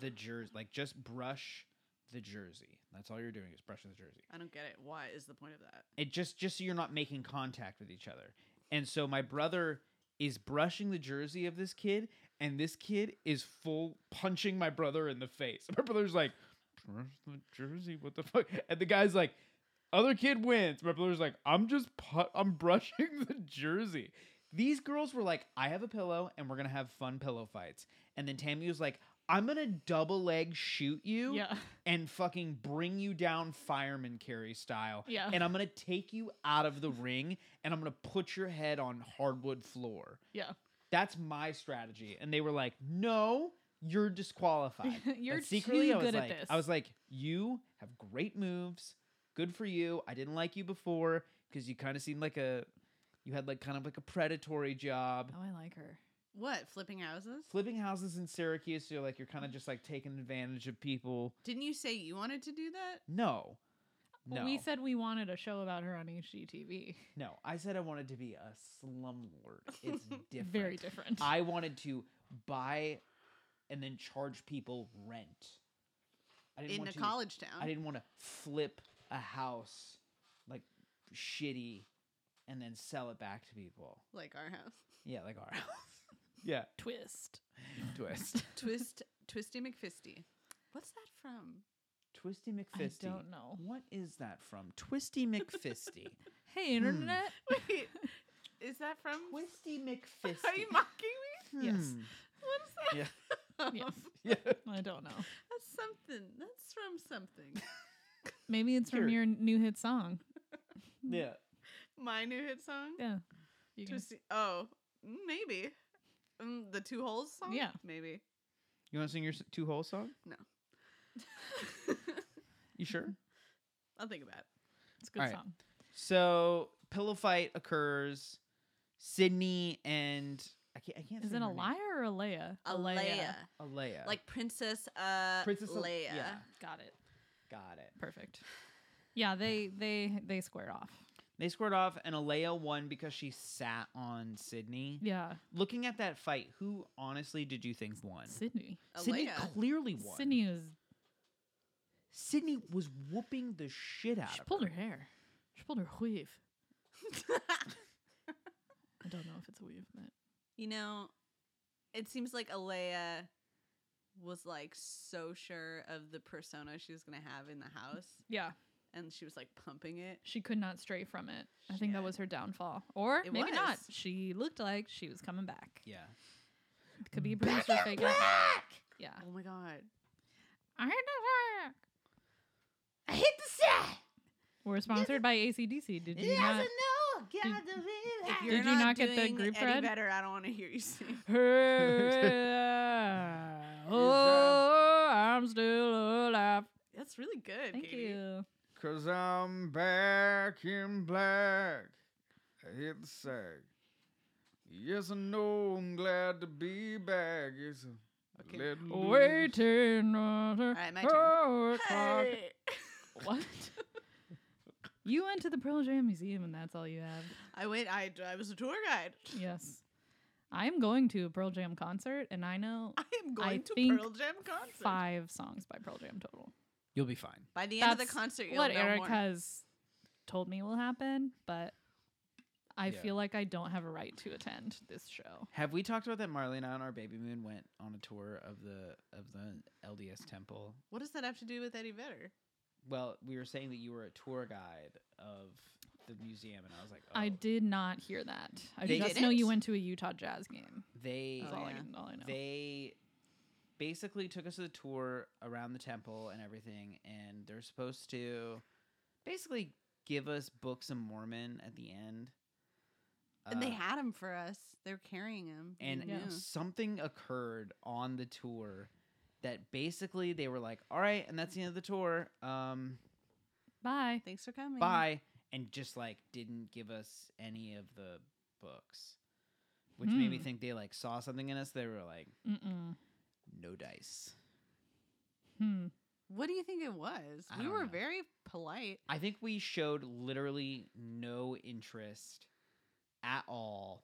the jersey, like just brush the jersey. That's all you're doing is brushing the jersey. I don't get it. Why is the point of that? It just just so you're not making contact with each other. And so my brother is brushing the jersey of this kid, and this kid is full punching my brother in the face. My brother's like, brush the jersey, what the fuck? And the guy's like, other kid wins. My brother's like, I'm just pu- I'm brushing the jersey. These girls were like, I have a pillow and we're gonna have fun pillow fights. And then Tammy was like, I'm gonna double leg shoot you Yeah. and fucking bring you down fireman carry style. Yeah. And I'm gonna take you out of the ring and I'm gonna put your head on hardwood floor. Yeah. That's my strategy. And they were like, No, you're disqualified. You're But secretly too I was good at like, this. I was like, You have great moves. Good for you. I didn't like you before because you kind of seemed like a you had like kind of like a predatory job. oh, I like her. What flipping houses? Flipping houses in Syracuse, you're like you're kind of just like taking advantage of people. Didn't you say you wanted to do that? No. No. We said we wanted a show about her on HGTV. No, I said I wanted to be a slumlord. It's different. Very different. I wanted to buy and then charge people rent. I didn't In want a to, college town. I didn't want to flip a house like shitty and then sell it back to people. like our house. Yeah, like our house. yeah, Twist. twist. Twist Twisty McFisty. What's that from? Twisty McFisty. I don't know. What is that from? Twisty McFisty. Hey, internet. Wait, is that from? Twisty McFisty. Are you mocking me? Yes. Hmm. What is that? Yeah. from? Yes. Yeah. I don't know. That's something. That's from something. Maybe it's Sure. from your new hit song. Yeah. My new hit song. Yeah. You can- Twisty. Oh, maybe. Mm, the two holes song. Yeah. maybe. You want to sing your s- two hole song? You sure? I'll think about it. it's a good All right. song. So pillow fight occurs. Sydney and I can't. I can't. Is say it a her name. liar or a Leia? Alea. like Princess uh, Princess Al- Leia. yeah. Got it. got it. Perfect. Yeah, they they they squared off. They squared off, and Alea won because she sat on Sydney. Yeah, Looking at that fight, who honestly did you think won? Sydney. Sydney Alea. clearly won. Sydney is Sydney was whooping the shit out She of pulled her. her hair. She pulled her weave. I don't know if it's a weave, but you know, it seems like Alea was like so sure of the persona she was gonna have in the house, yeah, and she was like pumping it. she could not stray from it. I think that Shit. was her downfall, or It maybe not. was. She looked like she was coming back. Yeah. It could be a producer figure. Yeah. Oh my god! I hate the sack. We're sponsored by ACDC. Did you not? did- If Did you not get the doing group any thread? better, I don't want to hear you sing. uh, oh, I'm still alive. That's really good. Thank Katie. you. Cause I'm back in black. I hit the sack. Yes, I know I'm glad to be back. It's a Okay. let loose. Waiting. All right, my turn. Oh, Hey. What? you went to the Pearl Jam Museum and that's all you have. I went. I, I was a tour guide. Yes. I'm going to a Pearl Jam concert and I know I am going to think Pearl Jam concert. five songs by Pearl Jam total. You'll be fine. By the end of the That's concert, you'll what know Eric more. has told me will happen, but I Yeah. feel like I don't have a right to attend this show. Have we talked about that Marley and I on our baby moon went on a tour of the of the LDS temple? What does that have to do with Eddie Vedder? Well, we were saying that you were a tour guide of the museum and I was like, oh, I did not hear that. I They just know you didn't? went to a Utah Jazz game. they That's Oh, all, I yeah. can- all I know. they basically took us to the tour around the temple and everything and they're supposed to basically give us books of mormon at the end and they Uh, had him for us. They were carrying him. We and knew. something occurred on the tour that basically they were like all right and that's the end of the tour um Bye. Thanks for coming. bye and just like didn't give us any of the books which made me Hmm. think they like saw something in us they were like Mm-mm. no dice Hmm. What do you think it was? I we don't were know. very polite. I think we showed literally no interest at all.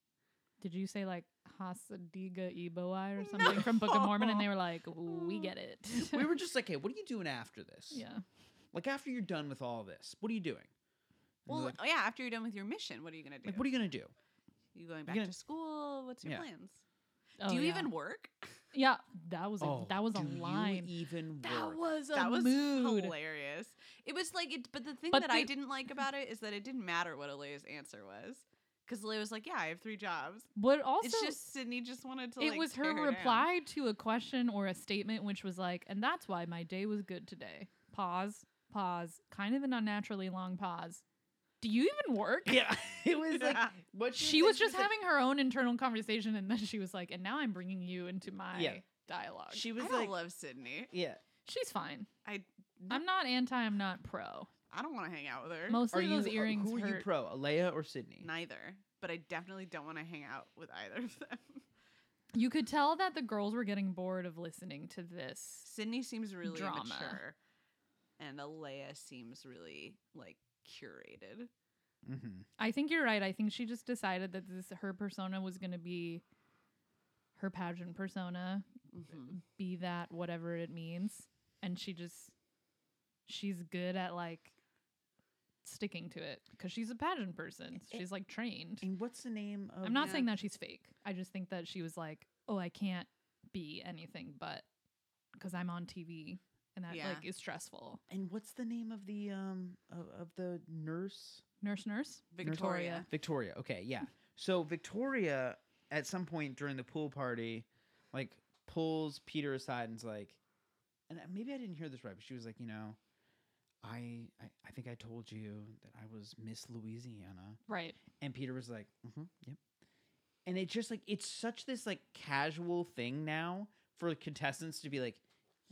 Did you say like Hasadiga Iboai or something from Book of Mormon? And they were like, Mm. we get it. We were just like, "Hey, what are you doing after this? yeah. Like after you're done with all this, what are you doing? And Well, they're like, oh, yeah. After you're done with your mission, what are you gonna do? like, what are you gonna do? you, going back gonna- to school? What's your Yeah. plans? Oh, do you yeah. even work? Yeah, that was a, Oh, that was a do you line. even That work? was a that was mood. hilarious. It was like it, but the thing But that I the- didn't like about it is that it didn't matter what Alea's answer was, because Alea was like, "Yeah, I have three jobs." But also, it's just Sydney just wanted to. it like, was her, tear down. reply to a question or a statement, which was like, and that's why my day was good today. Pause, pause, kind of an unnaturally long pause. Do you even work? yeah, it was like Yeah. what she, She did, was just like- having her own internal conversation, and then she was like, and now I'm bringing you into my Yeah. dialogue. She I was don't like, love Sydney. yeah. She's fine. I I'm not anti, I'm not pro. I don't want to hang out with her. Are Mostly you those uh, earrings who are you hurt. pro, Alea or Sydney? Neither, but I definitely don't want to hang out with either of them. You could tell that the girls were getting bored of listening to this Sydney seems really Drama. mature, and Alea seems really like curated. Mm-hmm. I think you're right. I think she just decided that this her persona was going to be her pageant persona, Mhm. be that whatever it means, and she just she's good at like sticking to it because she's a pageant person. Eh, She's like trained. And what's the name of? I'm not yeah. saying that she's fake. I just think that she was like, "Oh, I can't be anything but because I'm on TV." And that Yeah. like is stressful. And what's the name of the um of, of the nurse? Nurse, nurse. Victoria. Victoria. Okay, yeah. So Victoria, at some point during the pool party, like pulls Peter aside and's like, and I- maybe I didn't hear this right, but she was like, you know, I I, I think I told you that I was Miss Louisiana, Right. and Peter was like, mm-hmm, yep. And it just like it's such this like casual thing now for contestants to be like,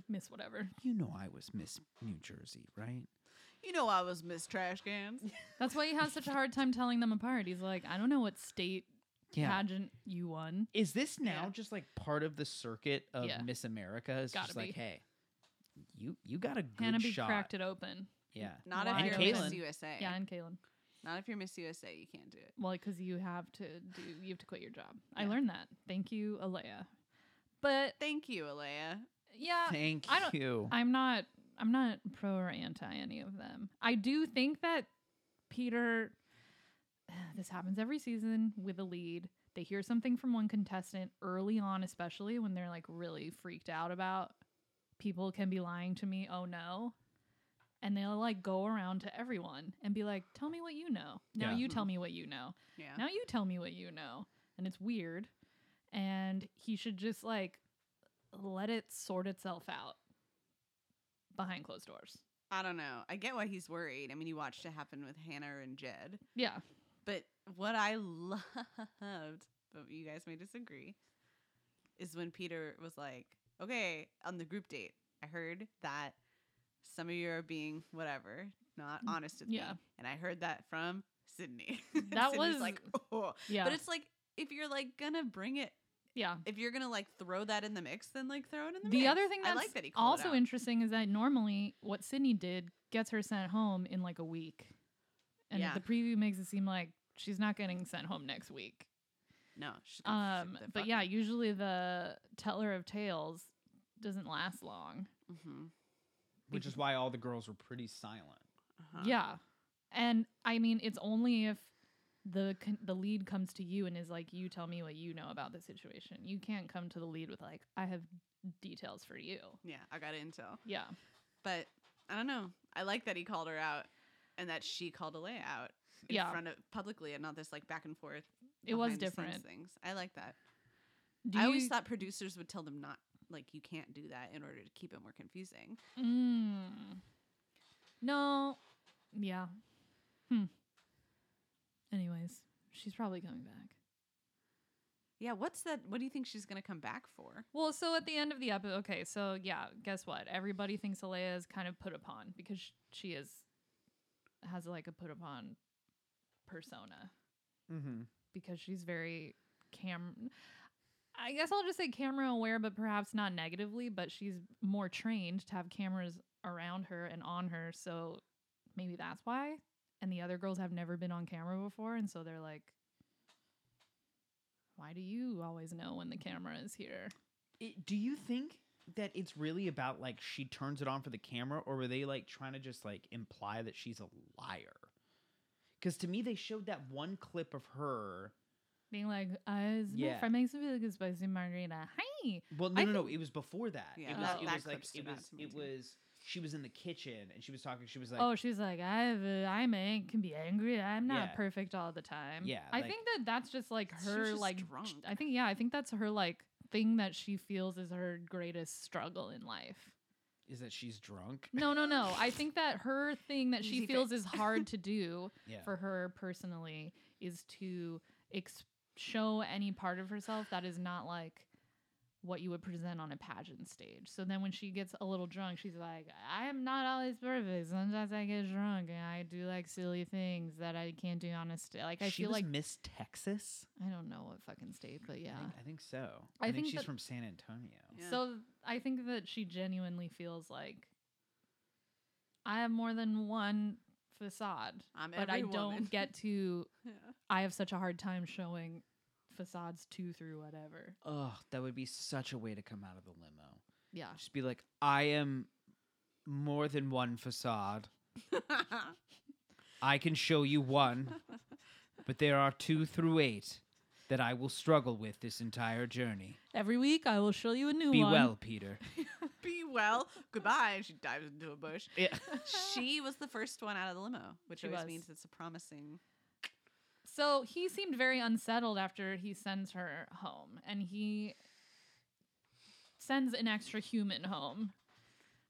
Miss whatever. you know, I was Miss New Jersey, right? You know I was Miss Trash Cans. That's why he has such a hard time telling them apart. He's like, I don't know what state Yeah. pageant you won. Is this now Yeah. just like part of the circuit of Yeah. Miss America? It's Gotta just like, be. hey, you you got a good Hannah B shot. cracked it open. Yeah, Not Wow. if And you're Miss Caitlin. USA. Yeah, and Kaylin. Not if you're Miss USA, you can't do it. Eh. Well, because you have to do, you have to quit your job. I Yeah. learned that. Thank you, Alea. But Thank you, Alea. yeah, thank Uh, I don't- you. I'm not I'm not pro or anti any of them. I do think that Peter this happens every season with a lead. They hear something from one contestant early on, especially when they're like really freaked out about people can be lying to me. Oh no. And they'll like go around to everyone and be like, tell me what you know. Now Yeah. you tell me what you know. Yeah. Now you tell me what you know. And it's weird. And he should just like let it sort itself out behind closed doors. I don't know. I get why he's worried. I mean, you watched it happen with Hannah and Jed. Yeah. But what I loved, but you guys may disagree, is when Peter was like, okay, on the group date, I heard that some of you are being whatever, not honest with Mm, yeah. me. And I heard that from Sydney. That Sydney's was- like, oh. Yeah. But it's like, if you're like gonna bring it, yeah. if you're gonna like throw that in the mix, then like throw it in the, The mix. other thing I that's like that he called it also out. interesting is that normally what Sydney did gets her sent home in like a week. And Yeah. the preview makes it seem like she's not getting sent home next week. No, she's gonna Um, shoot Oh, the but yeah, usually the teller of tales doesn't last long. Mhm. Which is why all the girls were pretty silent. Uh-huh. Yeah. And I mean, it's only if the con- the lead comes to you and is like, "You tell me what you know about the situation." You can't come to the lead with like, "I have details for you." yeah, I got intel. Yeah. But I don't know. I like that he called her out and that she called Alea out in Yeah. front of publicly and not this like back and forth. It was behind the scenes different. things. I like that. Do I always you- thought producers would tell them not like you can't do that in order to keep it more confusing. Mm. No. Yeah. Hmm. Anyways, she's probably coming back. Yeah, what's that? What do you think she's gonna come back for? Well, so at the end of the episode, okay, so yeah, guess what? Everybody thinks Alea is kind of put upon because sh- she is has like a put upon persona Mm-hmm. because she's very cam. I guess I'll just say camera aware, but perhaps not negatively. But she's more trained to have cameras around her and on her, so maybe that's why. And the other girls have never been on camera before, and so they're like, "Why do you always know when the camera is here?" it, do you think that it's really about like she turns it on for the camera or were they like trying to just like imply that she's a liar because to me they showed that one clip of her Being like, uh, this yeah. my Yeah. friend makes me feel like a spicy margarita. Hi. well no I no no it was before that Yeah, it was that- it that was like clip it stood out was to me it too. was she was in the kitchen and she was talking she was like oh, she's like, I have a, I'm a, can be angry. I'm not Yeah. perfect all the time. Yeah, I like- think that that's just like She was her, just like, ch- drunk. I think, yeah, I think that's her, like, thing that she feels is her greatest struggle in life. is that she's drunk No, no, no. I think that her thing that she Easy feels fix. is hard to do yeah for her personally is to ex- show any part of herself that is not like what you would present on a pageant stage. So then when she gets a little drunk, she's like, I am not always perfect. Sometimes I get drunk and I do like silly things that I can't do on a stage. Like I she feel was like miss texas I don't know what fucking state, but yeah. I, think, I think so I i, think, think she's that- from san antonio Yeah. So I think that she genuinely feels like I have more than one facade, I'm but I every woman. don't get to Yeah. I have such a hard time showing facades two through whatever. oh that would be such a way to come out of the limo Yeah. just be like i am more than one facade I can show you one, but there are two through eight that I will struggle with this entire journey. Every week I will show you a new Be one. well, Peter. Be well. Goodbye. And she dives into a bush. Yeah. she was the first one out of the limo, which She always was. means it's a promising. So he seemed very unsettled after he sends her home and he sends an extra human home.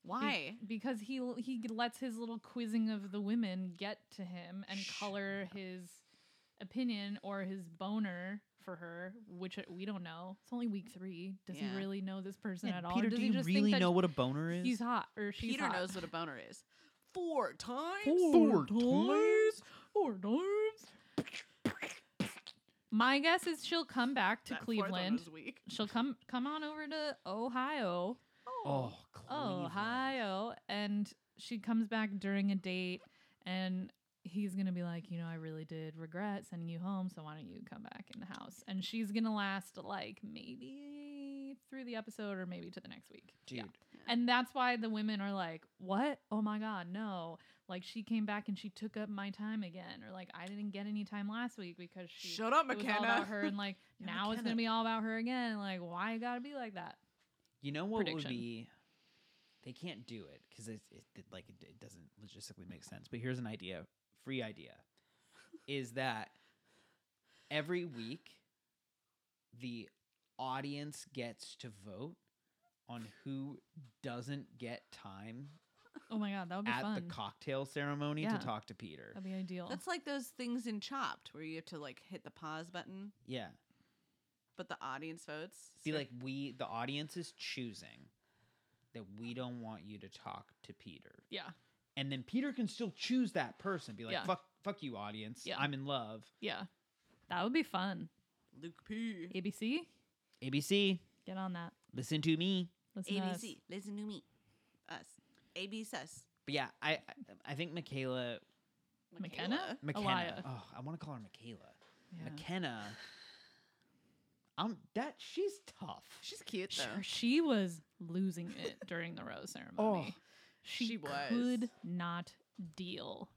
Be- Why? because he l- he g- lets his little quizzing of the women get to him and Shh. color his opinion or his boner for her, which it- we don't know. It's only week three. Does Yeah. he really know this person Yeah, at all? Peter, or does do he you just really think know that what a boner is? he's hot or she's Peter hot? knows what a boner is. Four times. Four times? Four times. My guess is she'll come back to That fourth one Cleveland. was weak. She'll come come on over to Ohio. oh, Oh, Cleveland. Ohio. And she comes back during a date and he's going to be like, you know, I really did regret sending you home. So why don't you come back in the house? And she's going to last like maybe through the episode or maybe to the next week. Dude, Yeah. And that's why the women are like, "What? Oh my god, no." Like she came back and she took up my time again or like I didn't get any time last week because she Shut up, it was all about McKenna. her and like Yeah, now McKenna. it's going to be all about her again. and, Like why you got to be like that? You know what Prediction. would be? They can't do it because it, it, it like it, it doesn't logistically make sense. But here's an idea, free idea, is that every week the audience gets to vote on who doesn't get time Oh my god, that would be at fun. the cocktail ceremony Yeah. to talk to Peter. That'd be ideal. That's like those things in Chopped where you have to like hit the pause button, Yeah, but the audience votes. be so- like we the audience is choosing that we don't want you to talk to Peter. yeah. and then Peter can still choose that person. Be like, Yeah. fuck, fuck you, audience. Yeah. I'm in love. Yeah. That would be fun. Luke P. ABC, ABC, get on that. listen to me. Listen to us. ABC, listen to me. Us. AB sus. But yeah, I I- I think Michaela McKenna? McKenna. Elia. Oh, I want to call her Michaela. Yeah. McKenna. I'm that she's tough. She's cute though. Sure, she was losing it during the rose ceremony. she, she was. could not deal.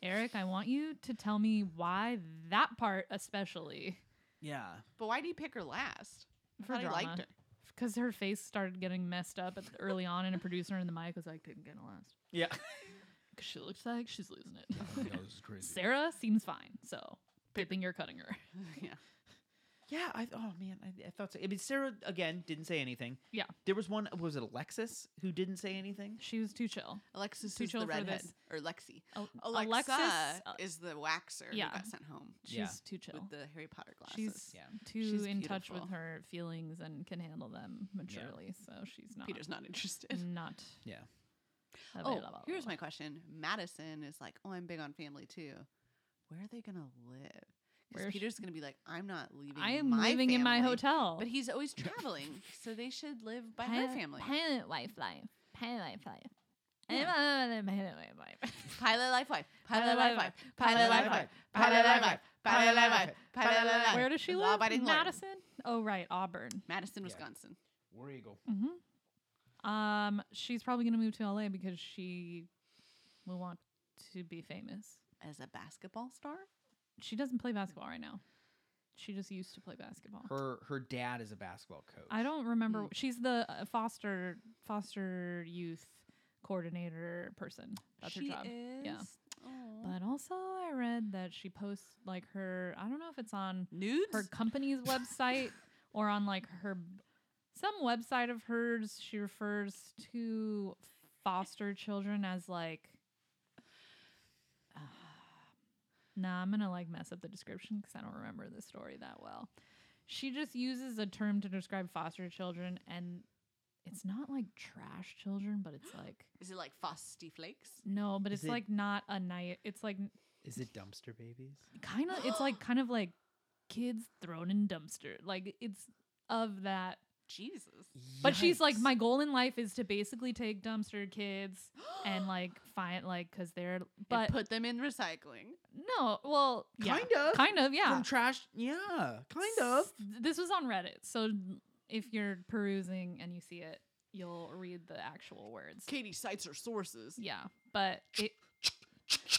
Eric, I want you to tell me why that part especially Yeah. But why do you pick her last? I For thought I liked drama. her. because her face started getting messed up at, early on, and a producer in the mic was like, "Didn't get a last." Yeah. 'Cause she looks like she's losing it. That was crazy. Sarah seems fine, so pipping you're cutting her. yeah. Yeah. I oh man, I, I thought so. I mean Sarah again didn't say anything. Yeah. There was one was it Alexis who didn't say anything? She was too chill. Alexis Too is chill the for redhead. this. Or Lexi. Al- Alexa Alexis, uh, is the waxer yeah. who got sent home she's Yeah. too chill. with the Harry Potter glasses. She's Yeah. too She's in touch with beautiful. her feelings and can handle them maturely, so she's not Peter's not interested. not Yeah. Oh, available. here's my question. Madison is like, oh, I'm big on family too. Where are they gonna live? Where Because sh- Peter's gonna be like, I'm not leaving. I am my living in my family." hotel. But he's always traveling, so they should live by her Pilot- family. Pilot wife life. Pilot wife life. Yeah. I'm a pilot wife life. Pilot life wife. Pilot life Pilot life wife. wife, Pilot life wife. Pilot life wife. Pilot life wife. Pilot life wife. Where does she live? Law-abiding lawyer. Madison? Oh, right. Auburn. Madison, Yeah. Wisconsin. War Eagle. hmm Um, She's probably going to move to LA because she will want to be famous. As a basketball star? She doesn't play basketball right now. She just used to play basketball. Her her dad is a basketball coach. I don't remember. Mm. She's the uh, foster foster youth coordinator person. That's her She job. Is? Yeah. Aw. But also, I read that she posts like her. I don't know if it's on Nudes? her company's website or on like her some website of hers. She refers to foster children as like. Nah, I'm gonna like mess up the description because I don't remember the story that well. She just uses a term to describe foster children, and it's not like trash children, but it's like Is it like Frosty Flakes? no, but Is it's it- like not a night. It's like Is it dumpster babies? kind of it's like kind of like kids thrown in dumpster like it's of that Jesus. but she's like Yikes. my goal in life is to basically take dumpster kids and like find like because they're And but put them in recycling. no well yeah, Kind of. kind of yeah From trash. Yeah, kind of. S- this was on reddit so if you're perusing and you see it you'll read the actual words Katie cites her sources. yeah but it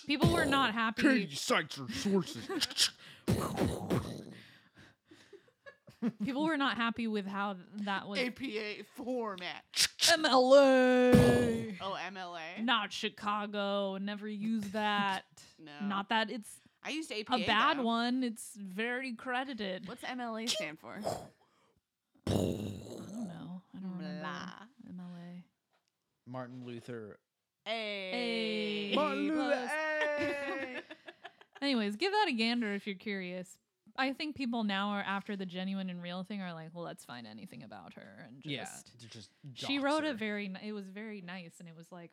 people were not happy cites her sources. people were not happy with how th- that was APA format. mla Oh, MLA. not Chicago. Never use that. No. Not that it's I used APA. a bad though. one. It's very credited. What's MLA stand for? I don't know. I don't remember. Blah. MLA. Martin Luther. Hey. Martin Luther. plus- hey! Anyways, give that a gander if you're curious. I think people now are after the genuine and real thing are like, well, let's find anything about her and just. yeah, they're just She wrote a doxer. very. ni- It was very nice, and it was like,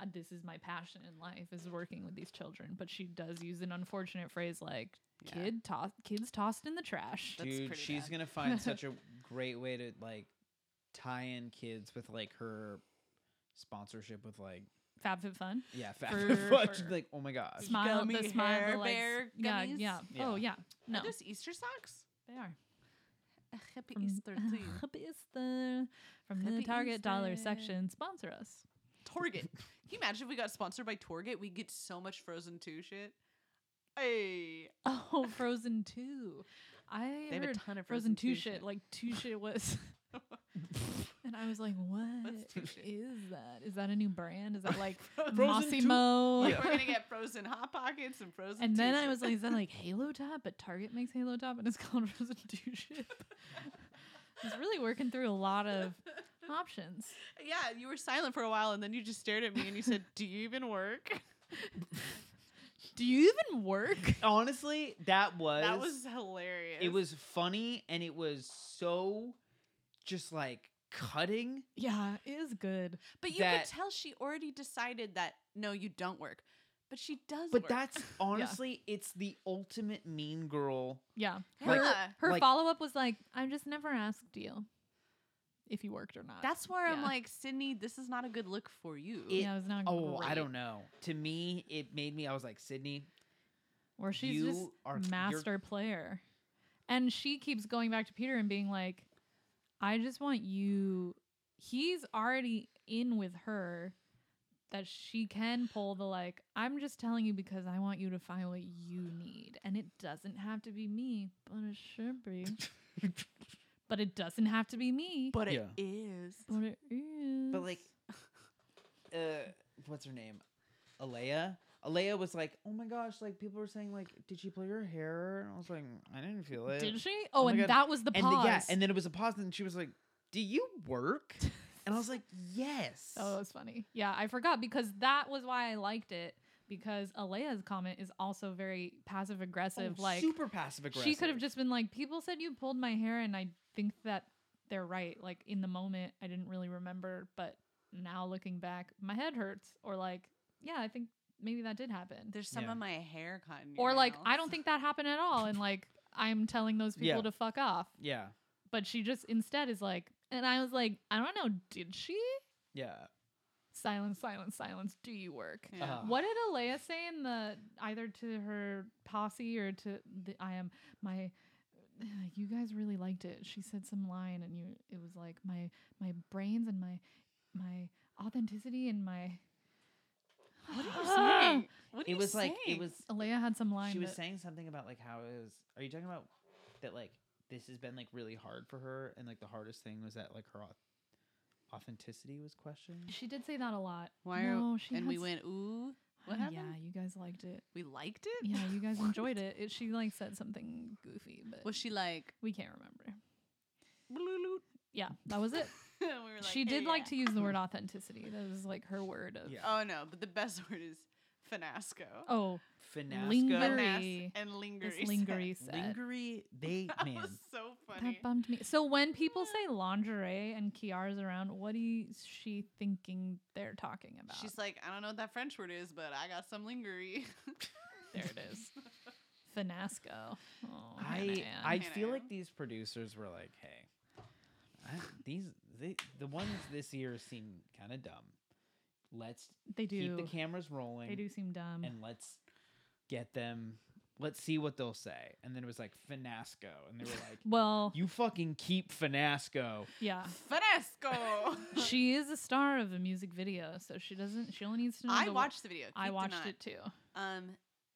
"Uh, this is my passion in life is working with these children. But she does use an unfortunate phrase like, Yeah. kid toss, kids tossed in the trash. That's dude. pretty She's bad. gonna find such a great way to like tie in kids with like her sponsorship with like FabFitFun. yeah, For- fat fudge. for- Like oh my gosh, Smile, the Gummy smile, the Hair legs. Bear yeah, gummies? yeah, Oh, yeah. No, Are those Easter socks? they are. Ugh, Happy from- Easter to you. Happy Easter from the Happy Target dollar Easter. section. Sponsor us. Target. Can you imagine if we got sponsored by Target? We get so much Frozen 2 shit. Hey. Oh, Frozen Two. I They have a heard ton of Frozen Frozen 2 Two shit. shit. Like Two shit was, and I was like, what What's 2 shit? is that? Is that a new brand? Is that like Frozen 2? Massimo? Like, we're going to get Frozen Hot Pockets and Frozen And then I T-shirts. was like, is that like Halo Top? But Target makes Halo Top and it's called Frozen Two Ship. It's really working through a lot of options. Yeah, you were silent for a while and then you just stared at me and you said, Do you even work? Do you even work? Honestly, that was That was hilarious. it was funny and it was so just like cutting. Yeah, it is good. But you that- could tell she already decided that no, you don't work. But she does But work. that's honestly, it's the ultimate mean girl. Yeah. like- Yeah. Her Like- follow up was like, I just never asked you if you worked or not. That's where I'm Yeah. like, Sydney, this is not a good look for you. It- yeah, it was not Oh, I great. don't know. To me, it made me. I was like, Sydney, Or she's you just are you're- master player. And she keeps going back to Peter and being like, I just want you. He's already in with her that she can pull the like, I'm just telling you because I want you to find what you need. And it doesn't have to be me, but it should be. but it doesn't have to be me. But it Yeah. is. but it is. But like, uh, what's her name? Alea. Alea was like, "Oh my gosh!" Like people were saying, like, "Did she play her hair?" And I was like, "I didn't feel it." Did she? Oh, my and God. that was the and pause. the- yeah, and then it was a pause, and she was like, "Do you work?" and I was like, "Yes." Oh, that was funny. Yeah, I forgot because that was why I liked it because Alea's comment is also very passive aggressive. Oh, like super passive aggressive. she could have just been like, "People said you pulled my hair, and I think that they're right." Like in the moment, I didn't really remember, but now looking back, my head hurts. Or like, yeah, I think maybe that did happen. There's some Yeah. of my hair caught in your Or like, nails. I don't think that happened at all, and like I'm telling those people Yeah. to fuck off. Yeah, But she just instead is like, and I was like, I don't know, did she? yeah. Silence, silence, silence. Do you work? Yeah. Uh-huh. What did Alea say in the either to her posse or to the I am my you guys really liked it. She said some line and you it was like my my brains and my my authenticity and my What are you saying? What are It you was like saying? it was. Alea had some line She was that- saying something about like how it was. Are you talking about that? Like this has been like really hard for her, and like the hardest thing was that like her au- authenticity was questioned. she did say that a lot. Why are- no, she and we had s- went, ooh, what "Oh, happened? Yeah, you guys liked it. We liked it? Yeah, you guys enjoyed it. it. She like said something goofy, but Was she like, we can't remember. "Blooloot"? Yeah, that was it. We were like, she did "Hey, like yeah." to use the word authenticity. That was like her word of Yeah. Oh no, but the best word is finasco. oh, Finasco. Linger- Finas- Lingerie. and lingerie. this set. lingerie set. Lingery, they That man. was so funny. That bummed me. So when people say lingerie and Kiara's around, what is she thinking they're talking about? She's like, I don't know what that French word is, but I got some lingerie. there it is. Finasco. Oh, I Hannah Ann. I Hannah feel like Ann. these producers were like, hey, I, these they, the ones this year seem kind of dumb. Let's they keep the do. cameras rolling. They do seem dumb. and let's get them. Let's see what they'll say. And then it was like finasco, and they were like, well, "You fucking keep finasco." yeah. Finasco. She is a star of a music video, so she doesn't. She only needs to know. I the wo- watched the video. I Keith did watched not. it too. Um,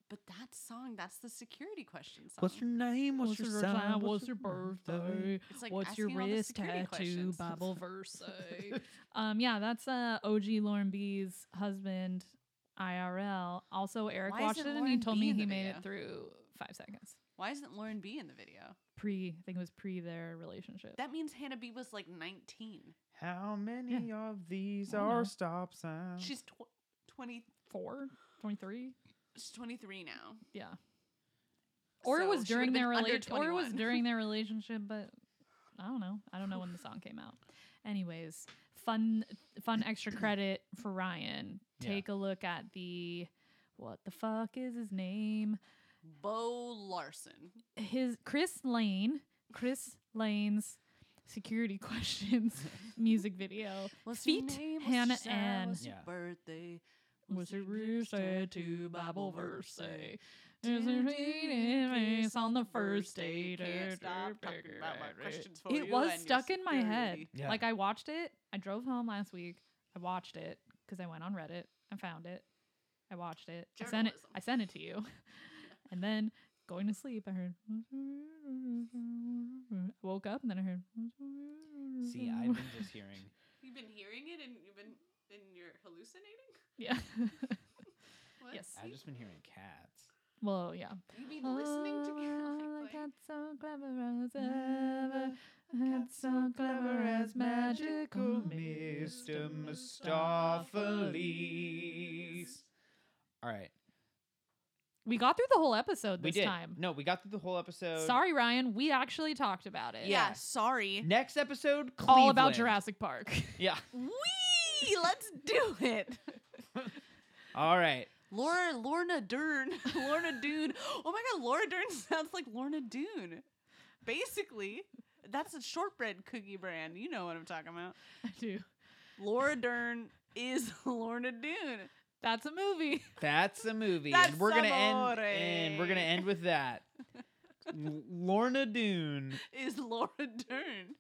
but that song, that's the security question song. What's your name? Um, What's, your sign? sign? What's your birthday? It's like What's your asking all the wrist security tattoo? questions. Bible verse. um, yeah, that's uh, OG Lauren B's husband, IRL. Also, Eric Why watched it isn't and he Lauren told B me in he the made video? it through five seconds. Why isn't Lauren B in the video? Pre, I think it was pre their relationship. That means Hannah B was like 19. How many of these I don't are know. stop Oh. signs? She's tw- 20, Four, 23? she's 23 now. Yeah. Or it So was she during would've been their under relationship. Or it was 21. during their relationship, but I don't know. I don't know when the song came out. Anyways, fun fun extra credit for Ryan. Yeah. Take a look at the what the fuck is his name? Bo Larson. His Chris Lane, Chris Lane's security questions music video. Feat Hannah Ann. your Yeah. birthday? Was it real sad to Bible verse? say? There's a reading face on the first date. Can't stop talking about my questions for It you was and your stuck in my head. security. Yeah. Like I watched it. I drove home last week. I watched it because I went on Reddit. I found it. I watched it. I sent it. Journalism. I sent it to you. and then going to sleep, I heard. I woke up and then I heard. See, I've been just hearing. You've been hearing it, and you've been and you're hallucinating. yeah. What? yes. I've just been hearing cats. Well, yeah. You've been listening to Oh, I like, like, got so clever as ever. I got so clever as magical Mr. Mistopheles. All right, We got through the whole episode we this did. time. No, we got through the whole episode. Sorry, Ryan. We actually talked about it. Yeah. yeah. Sorry. Next episode, Cleveland. All about Jurassic Park. Yeah. Wee. Let's do it. All right. Laura, Lorna Dern, Lorna Dune. Oh my God, Laura Dern sounds like Lorna Dune. Basically, that's a shortbread cookie brand. You know what I'm talking about. I do. Laura Dern is Lorna Dune. That's a movie. That's a movie, That's and we're gonna end. amore. And we're gonna end with that. L- Lorna Doone Is Laura Dern?